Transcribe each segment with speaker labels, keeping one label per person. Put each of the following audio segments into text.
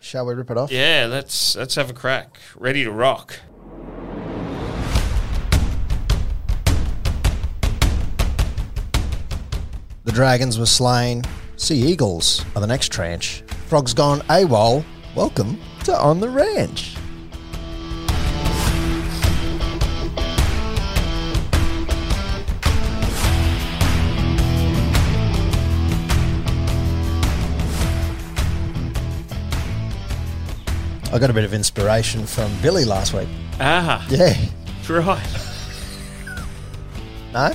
Speaker 1: Shall we rip it off?
Speaker 2: Yeah, let's let's have a crack. Ready to rock.
Speaker 1: The dragons were slain. Sea eagles are the next tranche. Frogs gone AWOL. Welcome to On the Ranch. I got a bit of inspiration from Billy last week.
Speaker 2: Ah,
Speaker 1: Yeah.
Speaker 2: right.
Speaker 1: No?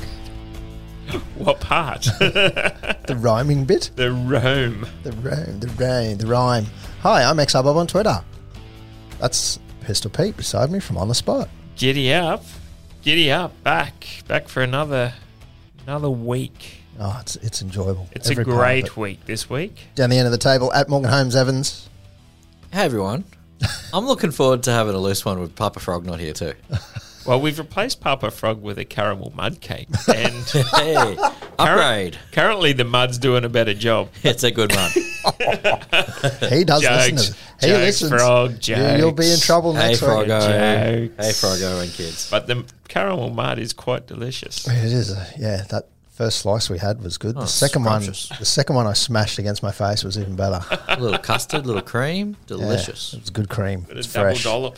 Speaker 2: What part?
Speaker 1: The rhyming bit?
Speaker 2: the Rome.
Speaker 1: The rhyme, the rhyme, the rhyme. Hi, I'm XRBob on Twitter. That's Pistol Pete beside me from On the Spot.
Speaker 2: Giddy up, giddy up. Back, back for another another week.
Speaker 1: Oh, it's it's enjoyable.
Speaker 2: It's
Speaker 1: Every
Speaker 2: a
Speaker 1: part of
Speaker 2: great
Speaker 1: it.
Speaker 2: week this week.
Speaker 1: Down the end of the table at Morgan Holmes Evans.
Speaker 3: Hey everyone. I'm looking forward to having a loose one with Papa Frog not here too.
Speaker 2: Well, we've replaced Papa Frog with a caramel mud cake, and curr-
Speaker 3: Hey, upgrade.
Speaker 2: currently the mud's doing a better job.
Speaker 3: It's a good one.
Speaker 1: He does listen to
Speaker 2: Jokes,
Speaker 1: He
Speaker 2: jokes,
Speaker 1: listens.
Speaker 2: Frog,
Speaker 1: You- You'll be in
Speaker 2: jokes.
Speaker 1: trouble
Speaker 3: hey
Speaker 1: next week.
Speaker 3: Froggo. Hey
Speaker 2: Jokes.
Speaker 3: Froggo and kids.
Speaker 2: But the caramel mud is quite delicious.
Speaker 1: It is. uh, Yeah, that first slice we had was good. the second
Speaker 3: Oh, scrumptious.
Speaker 1: one, the second one I smashed against my face was even better. Yeah,
Speaker 3: A little custard, little cream, delicious.
Speaker 1: it was good cream.
Speaker 2: A
Speaker 1: It's
Speaker 2: double
Speaker 1: fresh.
Speaker 2: dollop.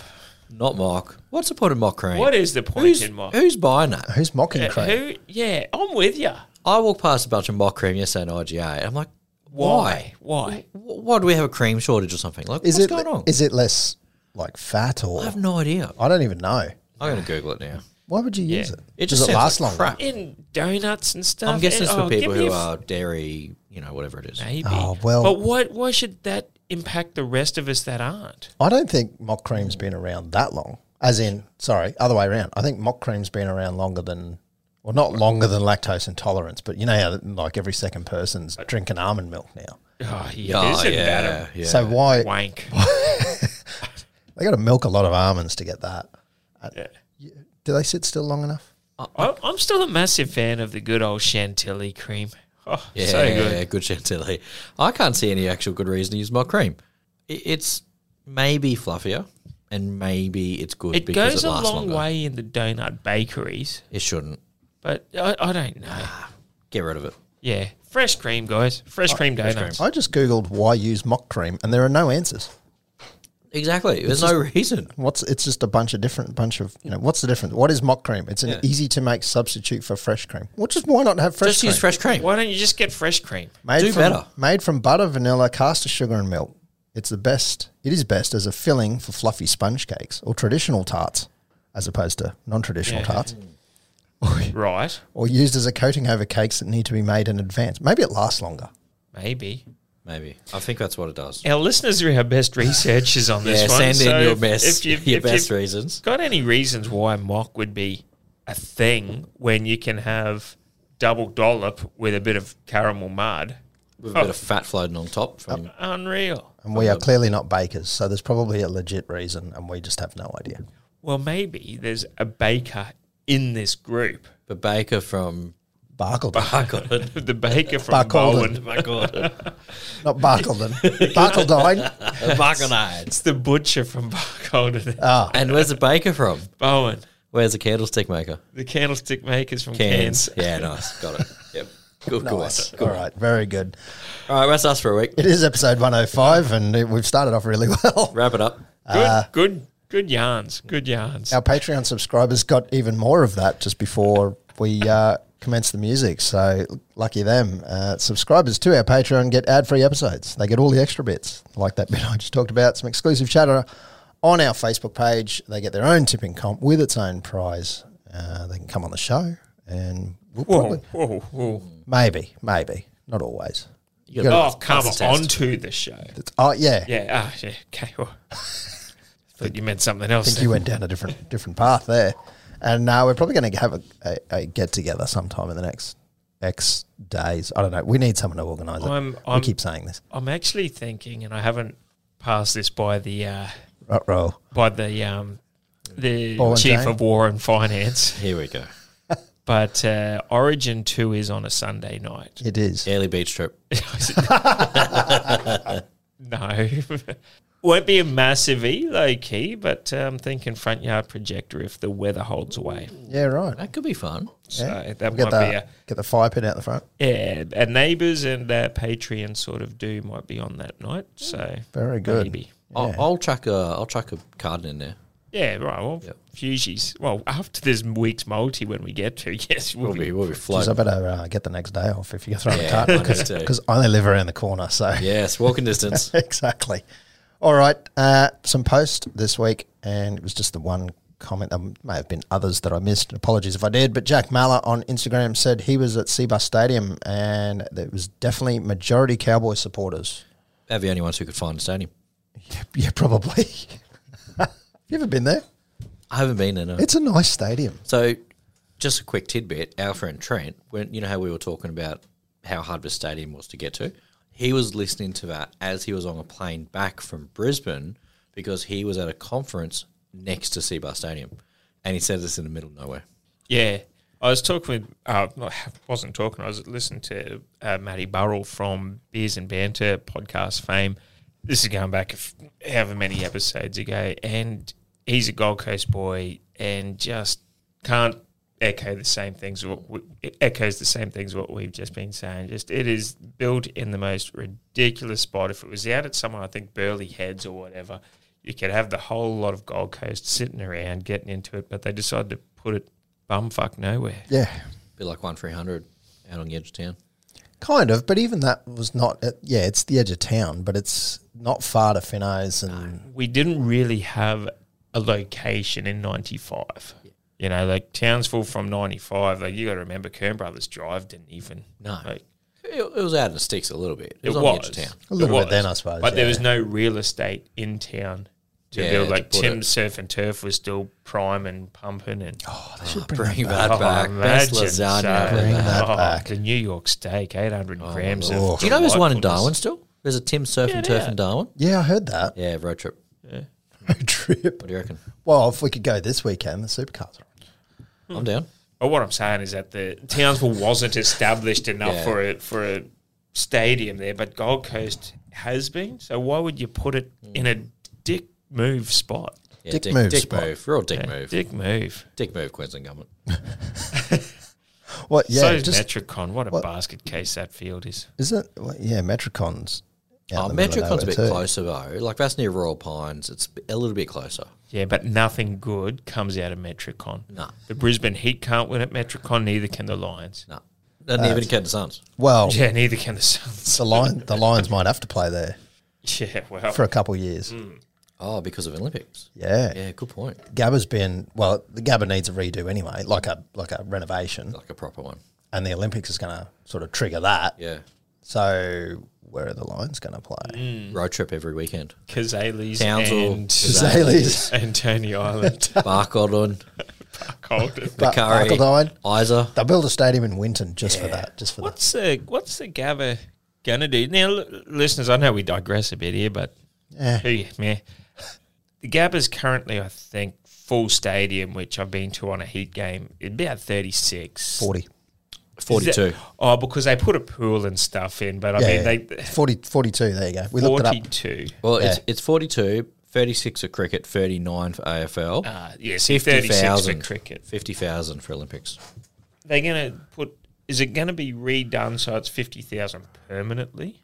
Speaker 3: Not mock. What's the point of mock cream?
Speaker 2: What is the point
Speaker 3: who's,
Speaker 2: in mock?
Speaker 3: who's buying that?
Speaker 1: Who's mocking
Speaker 2: Uh,
Speaker 1: cream?
Speaker 2: Who? Yeah, I'm with you.
Speaker 3: I walked past a bunch of mock cream yesterday in IGA and I'm like, why?
Speaker 2: Why?
Speaker 3: Why, do we have a cream shortage or something? Like
Speaker 1: Is
Speaker 3: what's
Speaker 1: it?
Speaker 3: going on?
Speaker 1: Is it Oh. less like fat or?
Speaker 3: I have no idea.
Speaker 1: I don't even know.
Speaker 3: I'm gonna Google it now.
Speaker 1: Why would you use
Speaker 2: Yeah.
Speaker 1: it?
Speaker 3: It
Speaker 1: Does
Speaker 3: just
Speaker 1: it last
Speaker 3: sounds like
Speaker 1: long?
Speaker 3: crap.
Speaker 2: In donuts and stuff.
Speaker 3: I'm guessing it's
Speaker 2: And-
Speaker 3: for
Speaker 2: oh,
Speaker 3: people
Speaker 2: give me
Speaker 3: who
Speaker 2: a f-
Speaker 3: are dairy, you know, whatever it is.
Speaker 2: Maybe.
Speaker 1: Oh, well-
Speaker 2: But what? Why should that impact the rest of us that aren't?
Speaker 1: I don't think mock cream's been around that long. As in, sorry, other way around. I think mock cream's been around longer than, well, not longer than lactose intolerance, but you know how like every second person's drinking almond milk now.
Speaker 2: Oh, yeah.
Speaker 3: Oh,
Speaker 2: Isn't that
Speaker 3: yeah, yeah.
Speaker 1: So
Speaker 2: a
Speaker 1: why
Speaker 2: wank?
Speaker 1: they got to milk a lot of almonds to get that?
Speaker 2: Yeah.
Speaker 1: Do they sit still long enough?
Speaker 2: Eh, I, I'm still a massive fan of the good old Chantilly cream. Oh,
Speaker 3: Yeah,
Speaker 2: so good.
Speaker 3: good chantilly. I can't see any actual good reason to use mock cream. I- It's maybe fluffier, and maybe it's good
Speaker 2: It
Speaker 3: because
Speaker 2: goes
Speaker 3: it
Speaker 2: a
Speaker 3: lasts
Speaker 2: long
Speaker 3: longer.
Speaker 2: way in the donut bakeries,
Speaker 3: It shouldn't.
Speaker 2: but I, I don't know.
Speaker 3: Get rid of it.
Speaker 2: Yeah, fresh cream, guys. Fresh cream donuts.
Speaker 1: I just googled why use mock cream, and there are no answers.
Speaker 3: Exactly. There's no reason.
Speaker 1: What's it's just a bunch of different bunch of you know what's the difference? What is mock cream? It's an easy to make substitute for fresh cream. Well, just why not have fresh
Speaker 3: Just
Speaker 1: cream?
Speaker 3: use fresh cream.
Speaker 2: Why don't you just get fresh cream?
Speaker 1: Made
Speaker 3: Do
Speaker 1: from,
Speaker 3: better.
Speaker 1: Made from butter, vanilla, caster sugar, and milk. It's the best. It is best as a filling for fluffy sponge cakes or traditional tarts, as opposed to non-traditional
Speaker 2: Yeah.
Speaker 1: tarts,
Speaker 2: Right,
Speaker 1: or used as a coating over cakes that need to be made in advance. Maybe it lasts longer.
Speaker 2: maybe.
Speaker 3: Maybe. I think that's what it does.
Speaker 2: Our listeners are our best researchers on this
Speaker 3: Yeah,
Speaker 2: one.
Speaker 3: send
Speaker 2: so
Speaker 3: in your
Speaker 2: if-
Speaker 3: best,
Speaker 2: if you've-
Speaker 3: your
Speaker 2: if
Speaker 3: best
Speaker 2: you've
Speaker 3: reasons.
Speaker 2: Got any reasons why mock would be a thing when you can have double dollop with a bit of caramel mud?
Speaker 3: With a bit of fat floating on top from
Speaker 2: Uh, Unreal.
Speaker 1: And we are clearly not bakers, so there's probably a legit reason, and we just have no idea.
Speaker 2: Well, maybe there's a baker in this group.
Speaker 3: the baker from.
Speaker 1: Barclay,
Speaker 3: Barcaldine.
Speaker 2: the baker from
Speaker 1: Barcaldine.
Speaker 2: Bowen.
Speaker 3: My God.
Speaker 1: not Barcaldine. Barcaldine.
Speaker 3: Barcaldine.
Speaker 2: It's the butcher from Barcaldine.
Speaker 1: Ah.
Speaker 3: And where's the baker from?
Speaker 2: Bowen.
Speaker 3: Where's the candlestick maker?
Speaker 2: The candlestick makers from Cairns.
Speaker 3: Cans. Yeah, nice. Got it. Yep. Good, good. one.
Speaker 1: Nice. All right, very good.
Speaker 3: All right, that's us for a week.
Speaker 1: It is episode 105, and it, we've started off really well.
Speaker 3: Wrap it up.
Speaker 2: Good, good, good yarns. Good yarns.
Speaker 1: our Patreon subscribers got even more of that just before we uh, commenced the music. So lucky them. Uh, subscribers to our Patreon get ad free episodes. They get all the extra bits, like that bit I just talked about, some exclusive chatter on our Facebook page. They get their own tipping comp with its own prize. Uh, they can come on the show and we'll
Speaker 2: Whoa,
Speaker 1: probably,
Speaker 2: whoa, whoa.
Speaker 1: maybe, maybe, not always.
Speaker 3: You
Speaker 1: gotta-
Speaker 2: Oh,
Speaker 3: pass
Speaker 2: come
Speaker 3: the
Speaker 2: on
Speaker 3: test.
Speaker 2: to the show.
Speaker 1: It's, oh, yeah.
Speaker 2: Yeah, ah, yeah. Okay. Well, thought you meant something else.
Speaker 1: I think you went down a different different path there. And uh, we're probably going to have a, a, a get together sometime in the next X days. I don't know. We need someone to organise it.
Speaker 2: I'm-
Speaker 1: we
Speaker 2: I'm-
Speaker 1: keep saying this.
Speaker 2: I'm actually thinking, and I haven't passed this by the uh,
Speaker 1: Right, roll.
Speaker 2: by the um, the
Speaker 1: Ball and
Speaker 2: chief
Speaker 1: chain.
Speaker 2: of war and finance,
Speaker 3: Here we go.
Speaker 2: but uh, Origin Two is on a Sunday night.
Speaker 1: It is.
Speaker 3: Early beach trip.
Speaker 2: No, Won't be a massive E low key, but uh, I'm thinking front yard projector if the weather holds away.
Speaker 1: Yeah, right.
Speaker 3: That could be fun.
Speaker 2: So that
Speaker 1: We'll
Speaker 2: might
Speaker 1: get the,
Speaker 2: be a
Speaker 1: get the fire pit out the front.
Speaker 2: yeah, a neighbours and a Patreon sort of do might be on that night. So
Speaker 1: Very good.
Speaker 2: Maybe.
Speaker 3: I'll, I'll chuck a I'll chuck a card in there.
Speaker 2: Yeah, right. Well,
Speaker 3: Yep.
Speaker 2: Fugees. Well, after this week's multi, when we get to, yes, we'll,
Speaker 3: We'll
Speaker 2: be.
Speaker 3: be we'll be
Speaker 1: Because I
Speaker 3: floating.
Speaker 1: better uh, get the next day off if you throw a
Speaker 3: Yeah,
Speaker 1: cart
Speaker 3: mine is too.
Speaker 1: because I only live around the corner. So
Speaker 3: Yes, walking distance.
Speaker 1: exactly. All right. Uh, some post this week, and it was just the one comment. There may have been others that I missed. Apologies if I did. But Jack Maller on Instagram said he was at Seabus Stadium, and it was definitely majority Cowboy supporters.
Speaker 3: They're the only ones who could find the stadium.
Speaker 1: Yeah, probably. you ever been there?
Speaker 3: I haven't been in a
Speaker 1: It's a nice stadium.
Speaker 3: So, just a quick tidbit. Our friend Trent, when you know how we were talking about how hard the stadium was to get to, he was listening to that as he was on a plane back from Brisbane because he was at a conference next to Seabar Stadium, and he said it's in the middle of nowhere.
Speaker 2: Yeah. I was talking with, uh, I wasn't talking, I was listening to uh, Matty Burrell from Beers and Banter podcast fame. This is going back a f- however many episodes ago. And he's a Gold Coast boy and just can't echo the same things, what we, it echoes the same things what we've just been saying. Just it is built in the most ridiculous spot. If it was out at someone, I think Burley Heads or whatever, you could have the whole lot of Gold Coast sitting around getting into it, but they decided to put it bumfuck nowhere.
Speaker 1: Yeah,
Speaker 3: Bit like one three hundred out on the edge of town.
Speaker 1: kind of. But even that was not. At, yeah, it's the edge of town, but it's not far to Finno's and.
Speaker 2: We didn't really have a location in '95. You know, like Townsville from '95. Like you got to remember, Kern Brothers Drive didn't even
Speaker 3: No.
Speaker 2: like,
Speaker 3: It, it was out in the sticks a little bit. It, was, on the edge of town.
Speaker 1: A little
Speaker 2: It
Speaker 1: bit then, I suppose,
Speaker 2: But there
Speaker 1: yeah.
Speaker 2: was no real estate in town to
Speaker 3: Yeah,
Speaker 2: build.
Speaker 3: to
Speaker 2: Like
Speaker 3: put
Speaker 2: Tim
Speaker 3: it.
Speaker 2: Surf and Turf was still prime and pumping, and
Speaker 1: Oh, they should bring
Speaker 3: Bring that back. Best
Speaker 2: imagine
Speaker 3: lasagna.
Speaker 2: so. Oh,
Speaker 3: ever.
Speaker 1: Bring that back.
Speaker 2: The New York steak, eight hundred
Speaker 3: Oh,
Speaker 2: grams.
Speaker 1: my lord.
Speaker 2: Of
Speaker 3: Do you know there's one in
Speaker 2: delightfulness.
Speaker 3: Darwin still? There's a Tim Surf and
Speaker 2: Yeah,
Speaker 3: Turf in Darwin.
Speaker 1: Yeah, I heard that.
Speaker 3: Yeah, road trip.
Speaker 1: Road trip.
Speaker 3: What do you reckon?
Speaker 1: Well, if we could go this weekend, the supercars are on.
Speaker 3: I'm down.
Speaker 2: But what I'm saying is that the Townsville wasn't established enough
Speaker 3: Yeah.
Speaker 2: for a for a stadium there, but Gold Coast has been. So why would you put it in a dick move spot?
Speaker 3: Yeah,
Speaker 1: Dick move
Speaker 3: Dick
Speaker 1: spot.
Speaker 3: move. Real dick move. Dick.
Speaker 2: Dick move.
Speaker 3: move. Queensland government.
Speaker 1: What? Yeah,
Speaker 2: so is
Speaker 1: just
Speaker 2: Metricon. What a
Speaker 1: what-
Speaker 2: basket case that field is.
Speaker 1: is it? Well, yeah, Metricons.
Speaker 3: Oh,
Speaker 1: out in the middle of
Speaker 3: Metricon's a bit
Speaker 1: nowhere too.
Speaker 3: closer though. Like that's near Royal Pines. It's a little bit closer.
Speaker 2: Yeah, but nothing good comes out of Metricon.
Speaker 3: No.
Speaker 2: The Brisbane Heat can't win at Metricon, neither can the Lions.
Speaker 3: No, and even Kent Suns.
Speaker 1: Well,
Speaker 2: Yeah, neither can the Suns.
Speaker 1: the lion, the Lions might have to play there
Speaker 2: Yeah, well.
Speaker 1: for a couple of years.
Speaker 2: Mm.
Speaker 3: Oh, because of Olympics.
Speaker 1: Yeah.
Speaker 3: Yeah, good point.
Speaker 1: Gabba's been well. The Gabba needs a redo anyway, like a like a renovation,
Speaker 3: Like a proper one.
Speaker 1: and the Olympics is going to sort of trigger that.
Speaker 3: Yeah,
Speaker 1: So where are the Lions going to
Speaker 2: Mm.
Speaker 1: play?
Speaker 3: road trip every weekend.
Speaker 2: Kazales
Speaker 3: Townsville.
Speaker 2: and
Speaker 1: Zales,
Speaker 2: Antonio Island.
Speaker 3: Barcodon,
Speaker 2: Colton.
Speaker 3: Bakari,
Speaker 1: Barcaldine.
Speaker 3: Isa.
Speaker 1: They'll build a stadium in Winton just for that. Just for
Speaker 2: What's the what's the Gabba gonna do now, l- listeners? I know we digress a bit here, but
Speaker 1: that. Yeah.
Speaker 2: who meh. The Gabba's currently, I think, full stadium, which I've been to on a heat game. It'd be about thirty six.
Speaker 1: Forty.
Speaker 3: Forty-two.
Speaker 2: Oh, because they put a pool and stuff in, but I
Speaker 1: Yeah,
Speaker 2: mean
Speaker 1: yeah.
Speaker 2: they
Speaker 1: 40, 42, There you go. We looked it
Speaker 2: forty
Speaker 1: up.
Speaker 2: two.
Speaker 3: Well, it's it's forty-two. Thirty-six for cricket. Thirty-nine for AFL.
Speaker 1: Ah.
Speaker 2: Uh, yes, thirty six for
Speaker 3: 50,000.
Speaker 2: cricket.
Speaker 3: Fifty thousand for Olympics.
Speaker 2: They're gonna put. Is it gonna be redone so it's fifty thousand permanently?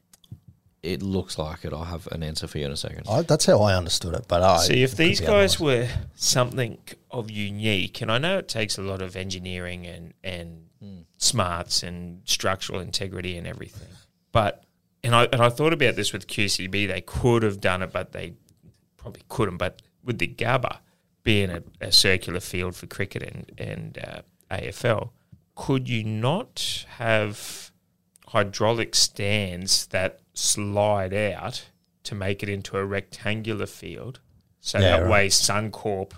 Speaker 3: It looks like it. I'll have an answer for you in a second.
Speaker 1: I, that's how I understood it. But I
Speaker 2: See, if
Speaker 1: could
Speaker 2: these
Speaker 1: be
Speaker 2: guys
Speaker 1: otherwise.
Speaker 2: were something of unique, and I know it takes a lot of engineering and, and smarts and structural integrity and everything, but and I and I thought about this with QCB, they could have done it, but they probably couldn't. But with the Gabba being a, a circular field for cricket and and uh, AFL, could you not have hydraulic stands that slide out to make it into a rectangular field. So
Speaker 1: Yeah,
Speaker 2: that
Speaker 1: right.
Speaker 2: way, Suncorp,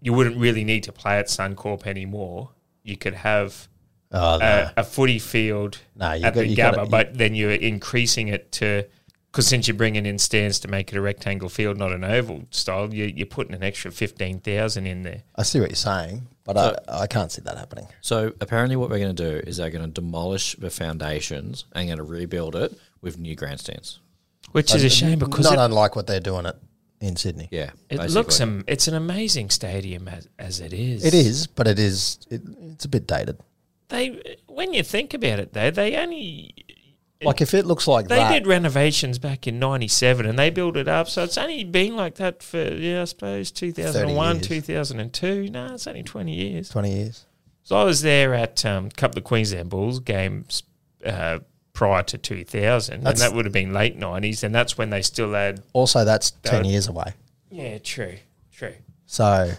Speaker 2: you wouldn't really need to play at Suncorp anymore. You could have
Speaker 1: Oh, no.
Speaker 2: a, a footy field
Speaker 1: No, you
Speaker 2: at
Speaker 1: got-
Speaker 2: the
Speaker 1: you
Speaker 2: Gabba,
Speaker 1: gotta- you-
Speaker 2: but then you're increasing it to because since you're bringing in stands to make it a rectangle field, not an oval style, you, you're putting an extra fifteen thousand in there.
Speaker 1: I see what you're saying, but I, I can't see that happening.
Speaker 3: So apparently, what we're going to do is they're going to demolish the foundations and going to rebuild it with new grandstands.
Speaker 2: Which is a shame because
Speaker 1: Not
Speaker 2: it,
Speaker 1: unlike what they're doing at in Sydney.
Speaker 3: Yeah,
Speaker 2: It
Speaker 3: basically.
Speaker 2: looks um, it's an amazing stadium as, as it is.
Speaker 1: It is, but it is it, it's a bit dated.
Speaker 2: They when you think about it though, they only
Speaker 1: Like if it looks like
Speaker 2: they
Speaker 1: that,
Speaker 2: did renovations back in 97 and they built it up so it's only been like that for yeah I suppose 2001
Speaker 1: years.
Speaker 2: 2002 no it's only 20 years
Speaker 1: twenty years.
Speaker 2: so I was there at um, a couple of Queensland Bulls games uh, prior to 2000
Speaker 1: That's-
Speaker 2: and that would have been late 90s and that's when they still had
Speaker 1: Also, that's ten
Speaker 2: Dated.
Speaker 1: years away.
Speaker 2: yeah true true
Speaker 1: So,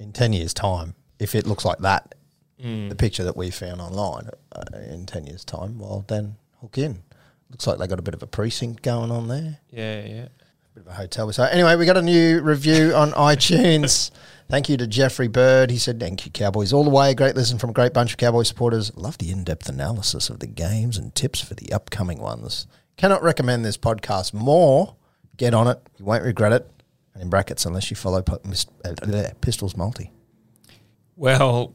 Speaker 1: in 10 years' time, if it looks like that,
Speaker 2: Mm.
Speaker 1: the picture that we found online uh, in 10 years' time, well, then hook in. Looks like they got a bit of a precinct going on there,
Speaker 2: yeah yeah
Speaker 1: a bit of a hotel. So, anyway, we got a new review on iTunes. Thank you to Jeffrey Bird. He said, Thank you, Cowboys, all the way. Great listen from a great bunch of Cowboy supporters. Love the in depth analysis of the games and tips for the upcoming ones. Cannot recommend this podcast more. Get on it. You won't regret it. And in brackets, unless you follow po- mis- uh, uh, Pistols Multi.
Speaker 2: Well,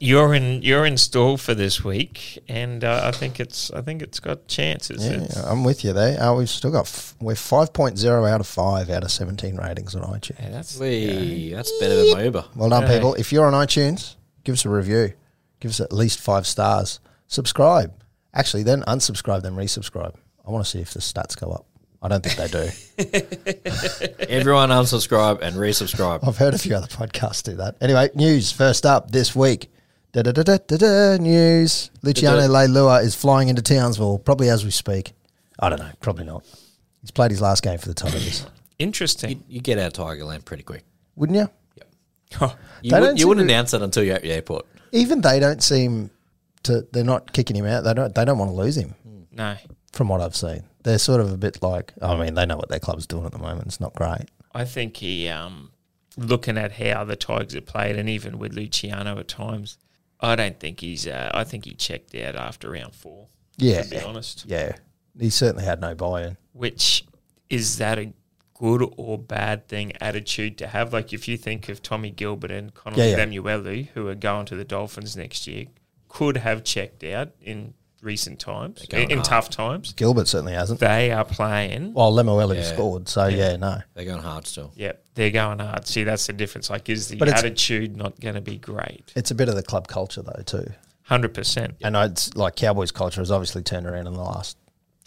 Speaker 2: you're in you're in store for this week, and uh, I think it's I think it's got chances.
Speaker 1: Yeah,
Speaker 2: It's-
Speaker 1: I'm with you there. Uh, we've still got f- we're 5.0 out of five out of 17 ratings on iTunes.
Speaker 2: yeah, that's
Speaker 3: Wee, that's better than my Uber.
Speaker 1: Well done,
Speaker 2: Okay.
Speaker 1: people. If you're on iTunes, give us a review. Give us at least five stars. Subscribe. Actually, then unsubscribe, then resubscribe. I want to see if the stats go up. I don't think they do.
Speaker 3: Everyone unsubscribe and resubscribe.
Speaker 1: I've heard a few other podcasts do that. Anyway, news first up this week. Da da da da da da news. Luciano Leilua is flying into Townsville probably as we speak. I don't know. Probably not. He's played his last game for the Tigers.
Speaker 2: interesting.
Speaker 3: You, you get out of Tigerland pretty quick.
Speaker 1: Wouldn't you?
Speaker 2: Oh,
Speaker 3: You,
Speaker 1: They
Speaker 3: would,
Speaker 1: don't
Speaker 3: you wouldn't
Speaker 1: seem to-
Speaker 3: announce it until you're at the airport.
Speaker 1: even they don't seem to they're not kicking him out they don't they don't want to lose him
Speaker 2: no,
Speaker 1: from what i've seen they're sort of a bit like i mean they know what their club's doing at the moment it's not great
Speaker 2: I think he um, looking at how the Tigers have played, and even with Luciano at times, I don't think he's. Uh, I think he checked out after round four.
Speaker 1: yeah
Speaker 2: To be honest,
Speaker 1: yeah he certainly had no buy-in
Speaker 2: which is that a good or bad thing attitude to have? Like if you think of Tommy Gilbert and Connolly
Speaker 1: Yeah, yeah.
Speaker 2: Lemuelu, who are going to the Dolphins next year, could have checked out in recent times, in, in tough times.
Speaker 1: gilbert certainly hasn't
Speaker 2: They are playing.
Speaker 1: well lemuelu
Speaker 3: Yeah.
Speaker 1: scored so yeah, no
Speaker 3: They're going hard still.
Speaker 2: Yep, they're going hard. See, that's the difference. Like, is the
Speaker 1: But it's-
Speaker 2: attitude not going to be great?
Speaker 1: it's a bit of the club culture though too
Speaker 2: Hundred percent.
Speaker 1: and it's like cowboys culture has obviously turned around in the last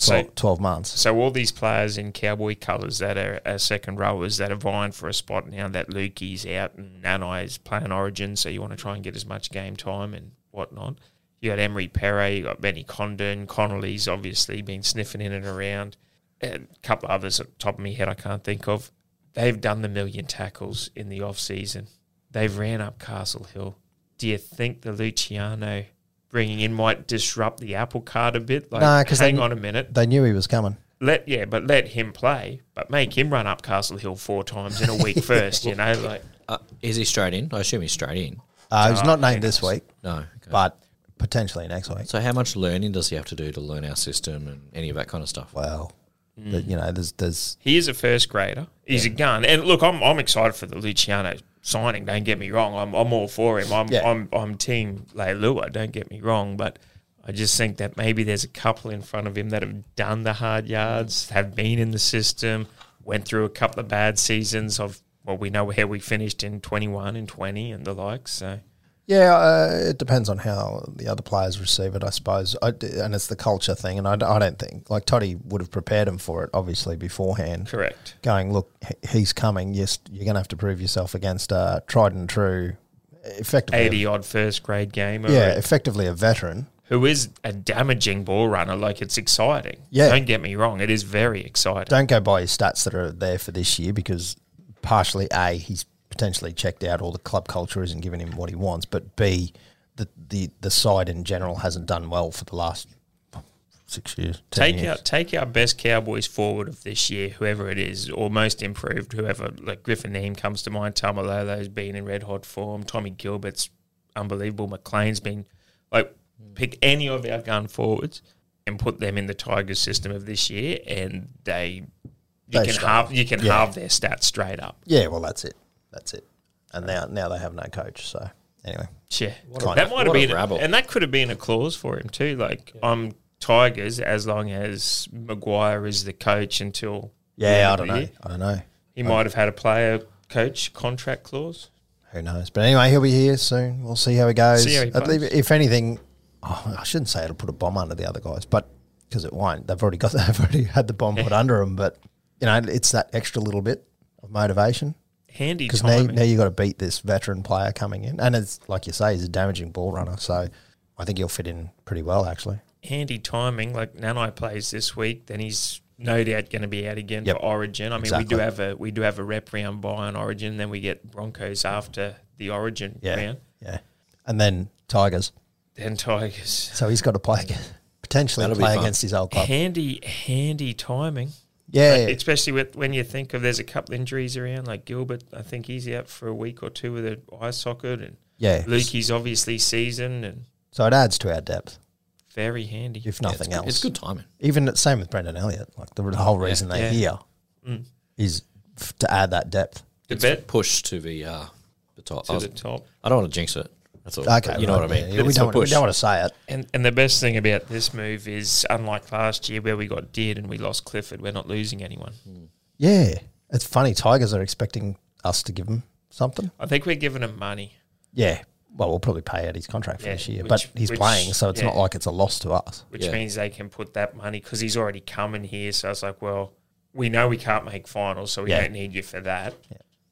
Speaker 1: 12,
Speaker 2: So-
Speaker 1: 12 months
Speaker 2: So all these players in cowboy colours that are, are second rowers that are vying for a spot now that Lukey's out and Nanai's playing Origin, so you want to try and get as much game time and whatnot. You got Emery Perre, you got Benny Condon, Connolly's obviously been sniffing in and around, and a couple of others at the top of my head I can't think of. They've done the million tackles in the off season. They've ran up Castle Hill. Do you think the Luciano bringing in might disrupt the apple cart a bit? Like,
Speaker 1: Nah, 'cause they-
Speaker 2: hang on a minute
Speaker 1: they knew he was coming
Speaker 2: let yeah, but let him play, but make him run up Castle Hill four times in a week first. You know, like
Speaker 3: Uh, is he straight in? I assume he's straight in.
Speaker 1: uh, he's not named this week
Speaker 3: No. okay.
Speaker 1: but potentially next week
Speaker 3: So how much learning does he have to do to learn our system and any of that kind of stuff?
Speaker 1: well but, you know there's there's
Speaker 2: he is a first grader. He's a gun. And look, I'm I'm excited for the Luciano signing. Don't get me wrong. I'm I'm all for him. I'm
Speaker 1: Yeah.
Speaker 2: I'm I'm team Leilua. Don't get me wrong, but. I just think that maybe there's a couple in front of him that have done the hard yards, have been in the system, went through a couple of bad seasons of well, we know where we finished in 21 and 20 and the like. So
Speaker 1: Yeah, uh, it depends on how the other players receive it, I suppose. I d and it's the culture thing. And I, d- I don't think, like, Toddy would have prepared him for it, obviously, beforehand.
Speaker 2: correct.
Speaker 1: Going, look, he- he's coming. Yes, you're going to have to prove yourself against a tried and true, effectively.
Speaker 2: 80 odd first grade game. or
Speaker 1: Yeah, effectively a veteran.
Speaker 2: who is a damaging ball runner. Like it's exciting.
Speaker 1: Yeah.
Speaker 2: Don't get me wrong. It is very exciting.
Speaker 1: Don't go by his stats that are there for this year because, partially, A, he's potentially checked out, or the club culture isn't giving him what he wants, but B, the, the, the side in general hasn't done well for the last six years. ten
Speaker 2: Take
Speaker 1: years.
Speaker 2: our take our best Cowboys forward of this year, whoever it is, or most improved, whoever like Griffin Neem comes to mind. Tamalolo's been in red hot form. Tommy Gilbert's unbelievable. McLean's been like pick any of our gun forwards and put them in the Tigers system of this year, and they you
Speaker 1: They
Speaker 2: can
Speaker 1: show.
Speaker 2: halve you can
Speaker 1: Yeah.
Speaker 2: halve their stats straight up.
Speaker 1: Yeah, well, that's it. That's it. And now, now they have no coach. So anyway,
Speaker 2: Yeah,
Speaker 1: a-
Speaker 2: that might have
Speaker 3: what a
Speaker 2: been,
Speaker 3: rabble.
Speaker 2: and that could have been a clause for him too. Like I'm Tigers as long as Maguire is the coach until the
Speaker 1: yeah,
Speaker 2: end
Speaker 1: I
Speaker 2: of
Speaker 1: don't
Speaker 2: the
Speaker 1: know.
Speaker 2: year.
Speaker 1: I don't know.
Speaker 2: He might have had a player coach contract clause.
Speaker 1: Who knows? But anyway, he'll be here soon. We'll see how it goes.
Speaker 2: See how he
Speaker 1: At
Speaker 2: plays.
Speaker 1: least- if anything, oh, I shouldn't say it'll put a bomb under the other guys, but because it won't, they've already got they've already had the bomb put under them. But you know, it's that extra little bit of motivation
Speaker 2: Handy
Speaker 1: because now,
Speaker 2: timing.
Speaker 1: now you got to beat this veteran player coming in, and it's like you say, he's a damaging ball runner. So I think he'll fit in pretty well, actually.
Speaker 2: handy timing. Like Nanai plays this week, then he's no doubt going to be out again
Speaker 1: Yep.
Speaker 2: for Origin. I mean, we
Speaker 1: Exactly.
Speaker 2: do have a we do have a rep round buy on Origin. Then we get Broncos after the Origin
Speaker 1: Yeah,
Speaker 2: round.
Speaker 1: yeah, and then Tigers.
Speaker 2: Then Tigers.
Speaker 1: So he's got to play again, potentially
Speaker 3: That'll be
Speaker 1: play
Speaker 3: fun.
Speaker 1: against his old club.
Speaker 2: Handy, handy timing.
Speaker 1: Yeah,
Speaker 2: Like, especially with when you think of there's a couple injuries around, like Gilbert, I think he's out for a week or two with an eye socket, and
Speaker 1: yeah.
Speaker 2: Lukey's obviously seasoned and
Speaker 1: So it adds to our depth,
Speaker 2: very handy.
Speaker 1: if
Speaker 3: Yeah, it's
Speaker 1: nothing
Speaker 3: good-
Speaker 1: else.
Speaker 3: It's good timing.
Speaker 1: even the same with Brendan Elliott. Like the, the whole reason they're
Speaker 2: Yeah.
Speaker 1: here
Speaker 3: Mm.
Speaker 1: is f- to add that depth.
Speaker 2: The
Speaker 3: It's
Speaker 2: bet
Speaker 3: push to the uh, the top. I,
Speaker 2: to
Speaker 3: was-
Speaker 2: the top.
Speaker 3: I don't want to jinx it. That's all.
Speaker 1: Okay,
Speaker 3: But you know
Speaker 1: right,
Speaker 3: what I mean.
Speaker 1: yeah, yeah, we,
Speaker 3: It's the
Speaker 1: don't, we
Speaker 3: push.
Speaker 1: don't want to say it.
Speaker 2: And, and the best thing about this move is, unlike last year where we got dead and we lost Clifford, we're not losing anyone.
Speaker 1: Yeah, it's funny. Tigers are expecting us to give him something.
Speaker 2: I think we're giving him money.
Speaker 1: Yeah, well, we'll probably pay out his contract for
Speaker 2: Yeah,
Speaker 1: this year,
Speaker 2: which-
Speaker 1: but he's
Speaker 2: which-
Speaker 1: playing, so it's
Speaker 2: yeah.
Speaker 1: not like it's a loss to us.
Speaker 2: which
Speaker 3: Yeah.
Speaker 2: means they can put that money because he's already come in here. So it's like, well, we know we can't make finals, so we
Speaker 1: Yeah.
Speaker 2: don't need you for that.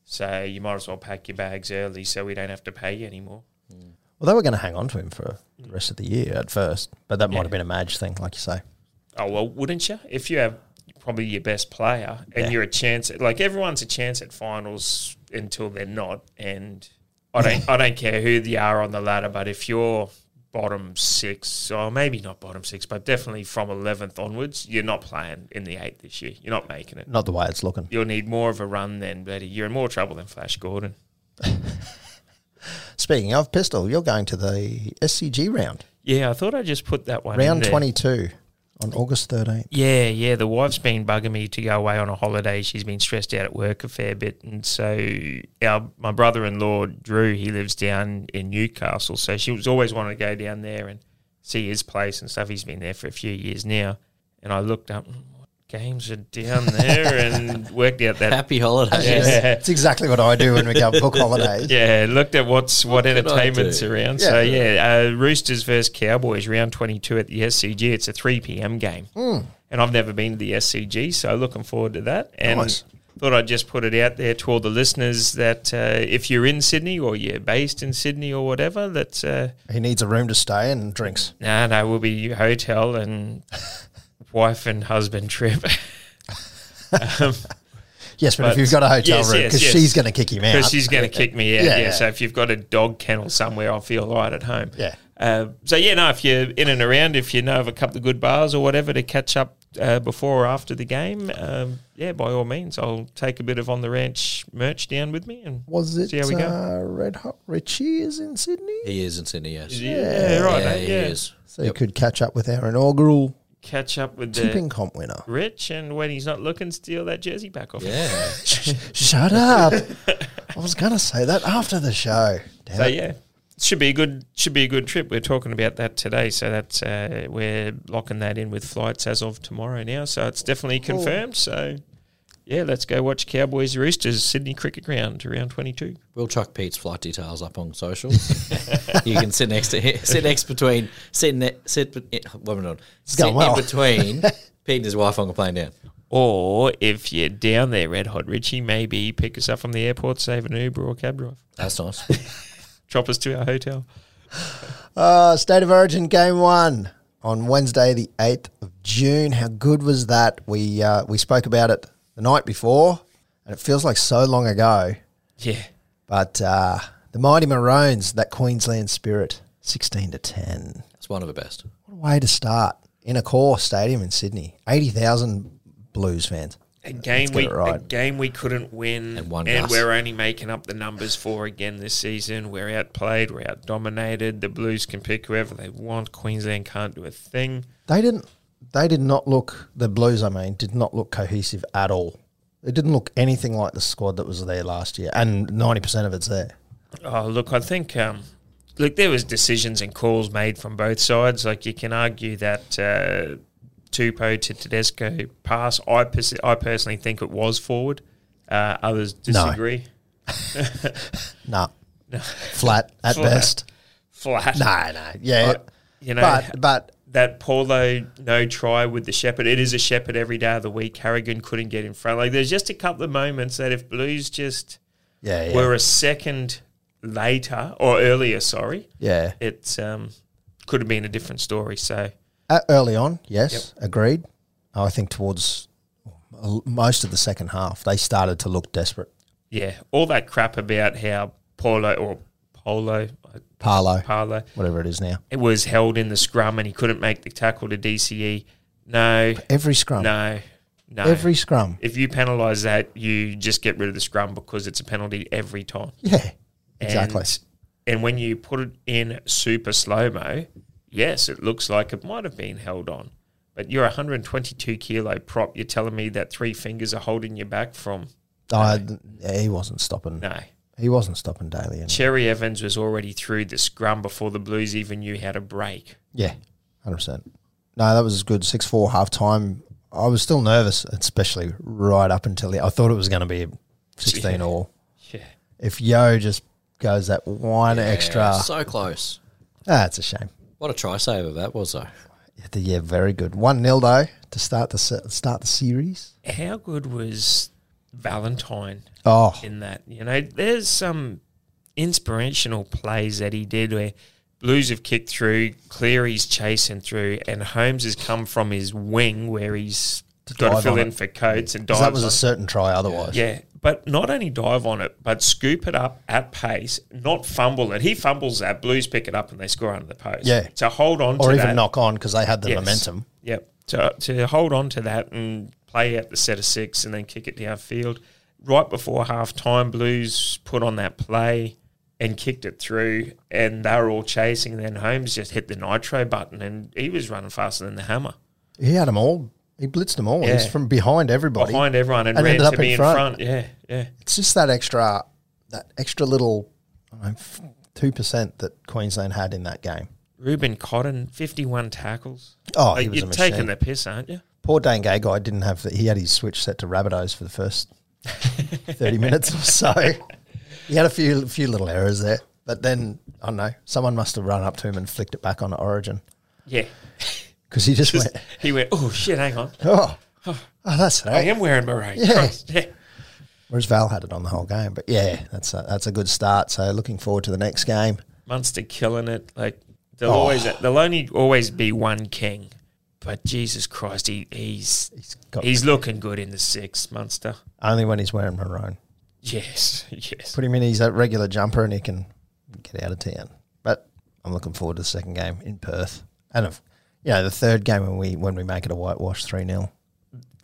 Speaker 2: So you might as well pack your bags early, so we don't have to pay you anymore.
Speaker 1: Well, they were going to hang on to him for the rest of the year at first, but that might have been a Madge thing, like you say.
Speaker 2: Oh well, wouldn't you? If you have probably your best player and
Speaker 1: Yeah.
Speaker 2: you're a chance, at, like everyone's a chance at finals until they're not. And I don't, I don't care who they are on the ladder, but if you're bottom six, or maybe not bottom six, but definitely from eleventh onwards, you're not playing in the eighth this year. You're not making it.
Speaker 1: Not the way it's looking.
Speaker 2: you'll need more of a run than bloody. You're in more trouble than Flash Gordon.
Speaker 1: Speaking of pistol, you're going to the SCG round,
Speaker 2: Yeah, I thought I just put that one. in
Speaker 1: round
Speaker 2: there.
Speaker 1: twenty-two on August thirteenth.
Speaker 2: Yeah, yeah. The wife's been bugging me to go away on a holiday. She's been stressed out at work a fair bit, and so our my brother-in-law Drew, he lives down in Newcastle, so she was always wanting to go down there and see his place and stuff. He's been there for a few years now, and I looked up "Hmm, what games are down there and worked out that
Speaker 3: Happy holidays.
Speaker 2: Yeah.
Speaker 1: It's exactly what I do when we go on book holidays.
Speaker 2: Yeah, looked at what's what,
Speaker 3: could I
Speaker 2: entertainment's
Speaker 3: do?
Speaker 2: around.
Speaker 1: Yeah.
Speaker 2: So yeah, uh, Roosters versus Cowboys round twenty two at the SCG. It's a three PM game, and I've never been to the SCG, so looking forward to that. And
Speaker 1: Nice.
Speaker 2: thought I'd just put it out there to all the listeners that uh, if you're in Sydney or you're based in Sydney or whatever, that uh,
Speaker 1: He needs a room to stay and drinks.
Speaker 2: no, no, we'll be hotel and wife and husband trip.
Speaker 1: Yes, but, if
Speaker 2: But-
Speaker 1: you've got a hotel
Speaker 2: Yes,
Speaker 1: room,
Speaker 2: yes,
Speaker 1: because
Speaker 2: yes.
Speaker 1: she's going to kick him out.
Speaker 2: because she's going to kick me out.
Speaker 1: Yeah,
Speaker 2: Yeah,
Speaker 1: yeah.
Speaker 2: So if you've got a dog kennel somewhere, I'll feel all right at home.
Speaker 1: Yeah.
Speaker 2: Uh, so yeah, no. If you're in and around, if you know of a couple of good bars or whatever to catch up uh, before or after the game, um, yeah, by all means, I'll take a bit of on the ranch merch down with me and
Speaker 1: Was it
Speaker 2: See how we go.
Speaker 1: uh, Red Hot Richie is in Sydney?
Speaker 3: He is in Sydney. Yes.
Speaker 2: yeah, right,
Speaker 3: yeah,
Speaker 2: eh?
Speaker 3: he
Speaker 2: yeah.
Speaker 3: is.
Speaker 1: So you could catch up with our inaugural
Speaker 2: catch up with
Speaker 1: tipping
Speaker 2: the
Speaker 1: comp winner.
Speaker 2: rich, and when he's not looking, steal that jersey back off. him.
Speaker 3: Yeah.
Speaker 1: Shut up. I was going to say that after the show. Damn
Speaker 2: So
Speaker 1: it.
Speaker 2: yeah, should be a good should be a good trip. We're talking about that today, so that's uh, we're locking that in with flights as of tomorrow now. So it's definitely confirmed. So yeah, let's go watch Cowboys Roosters Sydney Cricket Ground round twenty two.
Speaker 3: We'll chuck Pete's flight details up on social. you can sit next to him, sit next between sit ne- sit be- eh, what am I doing? sit
Speaker 1: going well.
Speaker 3: in between Pete and his wife on the plane down.
Speaker 2: Or if you're down there, Red Hot Richie, maybe pick us up from the airport, save an Uber or cab drive,
Speaker 3: That's nice.
Speaker 2: drop us to our hotel.
Speaker 1: Uh, State of Origin Game 1 on Wednesday, the 8th of June. How good was that? We, uh, we spoke about it the night before, and it feels like so long ago.
Speaker 2: Yeah,
Speaker 1: But uh, the Mighty Maroons, that Queensland spirit, 16 to 10.
Speaker 3: It's one of the best.
Speaker 1: What a way to start in a core stadium in Sydney. 80,000 Blues fans.
Speaker 2: a game
Speaker 1: get
Speaker 2: we
Speaker 1: it right.
Speaker 2: a game we couldn't win,
Speaker 3: And won us.
Speaker 2: we're only making up the numbers for again this season. We're outplayed, we're outdominated. The Blues can pick whoever they want. Queensland can't do a thing.
Speaker 1: They didn't they did not look the Blues, I mean, did not look cohesive at all. It didn't look anything like the squad that was there last year and 90% of it's there.
Speaker 2: Oh, look, I think um, look there was decisions and calls made from both sides. Like you can argue that uh, Tupou to Tedesco pass. I pers- I personally think it was forward. Uh, others disagree.
Speaker 1: Nah. Flat at
Speaker 2: Flat.
Speaker 1: best.
Speaker 2: Flat.
Speaker 1: No, no. Yeah.
Speaker 2: But, you know,
Speaker 1: but, but
Speaker 2: that Paulo no try with the Shepherd. It is a Shepherd every day of the week. Harrigan couldn't get in front. Like there's just a couple of moments that if Blues just
Speaker 1: yeah, yeah.
Speaker 2: were a second later or earlier, sorry,
Speaker 1: yeah.
Speaker 2: it um, could have been a different story. So
Speaker 1: Uh, early on, yes, agreed. I think towards m- most of the second half, they started to look desperate.
Speaker 2: yeah, all that crap about how Paulo or Polo uh,
Speaker 1: Parlo,
Speaker 2: Paulo
Speaker 1: whatever it is now.
Speaker 2: it was held in the scrum and he couldn't make the tackle to DCE. No,
Speaker 1: Every scrum,
Speaker 2: no, no.
Speaker 1: every scrum.
Speaker 2: if you penalise that, you just get rid of the scrum because it's a penalty every time.
Speaker 1: Yeah, exactly.
Speaker 2: And, and when you put it in super slow mo, yes, it looks like it might have been held on. But you're a 122 kilo prop. You're telling me that three fingers are holding you back from
Speaker 1: I- yeah, he wasn't stopping.
Speaker 2: no.
Speaker 1: He wasn't stopping daily. And,
Speaker 2: Cherry Evans was already through the scrum before the Blues even knew how to break.
Speaker 1: yeah, hundred percent. No, that was good. Six four half time. I was still nervous, especially right up until the, I thought it was going to be sixteen all.
Speaker 2: Yeah,
Speaker 1: If Yo just goes that one extra,
Speaker 3: Yeah, so close.
Speaker 1: that's a shame.
Speaker 3: What a try saver that was, though.
Speaker 1: Yeah, the- Yeah, very good. One 0 though to start the se- start the series.
Speaker 2: how good was Valentine
Speaker 1: Oh,
Speaker 2: in that. You know, there's some inspirational plays that he did where Blues have kicked through, Cleary's chasing through, and Holmes has come from his wing where he's got to
Speaker 1: dive
Speaker 2: fill
Speaker 1: on
Speaker 2: in for Coates and
Speaker 1: 'cause
Speaker 2: dives.
Speaker 1: that was
Speaker 2: on
Speaker 1: a certain try. Otherwise,
Speaker 2: yeah, but not only dive on it, but scoop it up at pace, not fumble it. He fumbles that. Blues pick it up and they score under the post.
Speaker 1: Yeah.
Speaker 2: So hold on
Speaker 1: or
Speaker 2: to
Speaker 1: even
Speaker 2: that.
Speaker 1: knock on because they had the
Speaker 2: Yes.
Speaker 1: momentum.
Speaker 2: Yep. To, to hold on to that and play out the set of six and then kick it downfield. Right before half time, Blues put on that play and kicked it through, and they were all chasing. Then Holmes just hit the nitro button, and he was running faster than the hammer
Speaker 1: He had them all. He blitzed them all. He's
Speaker 2: Yeah.
Speaker 1: from behind everybody.
Speaker 2: behind everyone and,
Speaker 1: And
Speaker 2: ran
Speaker 1: ended
Speaker 2: to
Speaker 1: up
Speaker 2: be
Speaker 1: in
Speaker 2: in
Speaker 1: front.
Speaker 2: front. Yeah, yeah,
Speaker 1: It's just that extra, that extra little, two percent that Queensland had in that game.
Speaker 2: Ruben Cotton, fifty-one tackles.
Speaker 1: Oh,
Speaker 2: Like,
Speaker 1: he was a
Speaker 2: you're
Speaker 1: machine.
Speaker 2: taking the piss, aren't you?
Speaker 1: Poor Dane Gay guy didn't have. The, he had his switch set to Rabbitohs for the first thirty minutes or so. He had a few few little errors there, but then I don't know. Someone must have run up to him and flicked it back on Origin
Speaker 2: Yeah.
Speaker 1: because he just went,
Speaker 2: He went, oh shit, hang on,
Speaker 1: oh, oh, that's
Speaker 2: I
Speaker 1: right.
Speaker 2: am wearing maroon.
Speaker 1: Yeah.
Speaker 2: Christ, yeah.
Speaker 1: Whereas Val had it on the whole game, but yeah, that's a, that's a good start. So looking forward to the next game.
Speaker 2: Munster killing it. Like
Speaker 1: Oh.
Speaker 2: there'll always there'll only always be one king. But Jesus Christ, he, he's
Speaker 1: He's got
Speaker 2: he's looking good in the six, Munster.
Speaker 1: only when he's wearing maroon.
Speaker 2: Yes, yes.
Speaker 1: Put him in his uh, regular jumper and he can get out of town. But I'm looking forward to the second game in Perth, and of you know the third game when we when we make it a whitewash three 0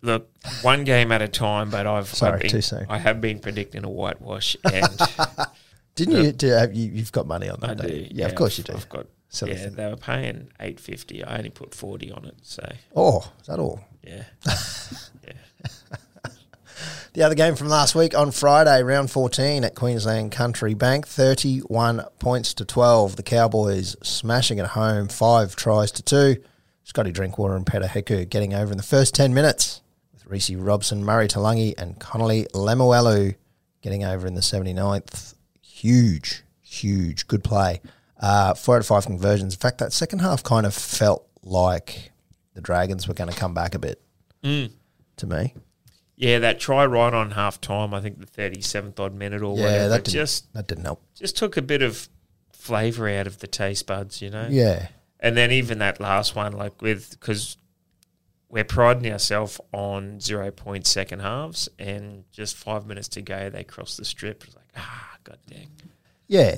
Speaker 2: Look, one game at a time. But I've I've
Speaker 1: Sorry,
Speaker 2: been-
Speaker 1: too soon.
Speaker 2: I have been predicting a whitewash, and
Speaker 1: Didn't you? Do you have, you? You've got money on that,
Speaker 2: I
Speaker 1: don't
Speaker 2: do.
Speaker 1: you? Yeah, of course you do.
Speaker 2: I've got.
Speaker 1: Silly
Speaker 2: yeah,
Speaker 1: thing.
Speaker 2: they were paying eight fifty. I only put forty on it. So
Speaker 1: Oh, is that all?
Speaker 2: yeah,
Speaker 1: The other game from last week on Friday, round 14 at Queensland Country Bank, 31 points to 12. The Cowboys smashing it home, five tries to two. Scotty Drinkwater and Peter Heku getting over in the first 10 minutes, with Reese Robson, Murray Talangi, and Connolly Lemuelu getting over in the 79th. Huge, huge, good play. Uh, four out of five conversions. In fact, that second half kind of felt like the Dragons were going to come back a bit to me.
Speaker 2: yeah. That try right on half time. I think the thirty seventh odd minute or
Speaker 1: Yeah,
Speaker 2: whatever.
Speaker 1: that didn't,
Speaker 2: just
Speaker 1: that didn't help.
Speaker 2: just took a bit of flavour out of the taste buds, you know.
Speaker 1: Yeah.
Speaker 2: And then even that last one, like with because we're priding ourselves on zero point second halves, and just five minutes to go, they cross the strip. It's like ah, god dang,
Speaker 1: Yeah.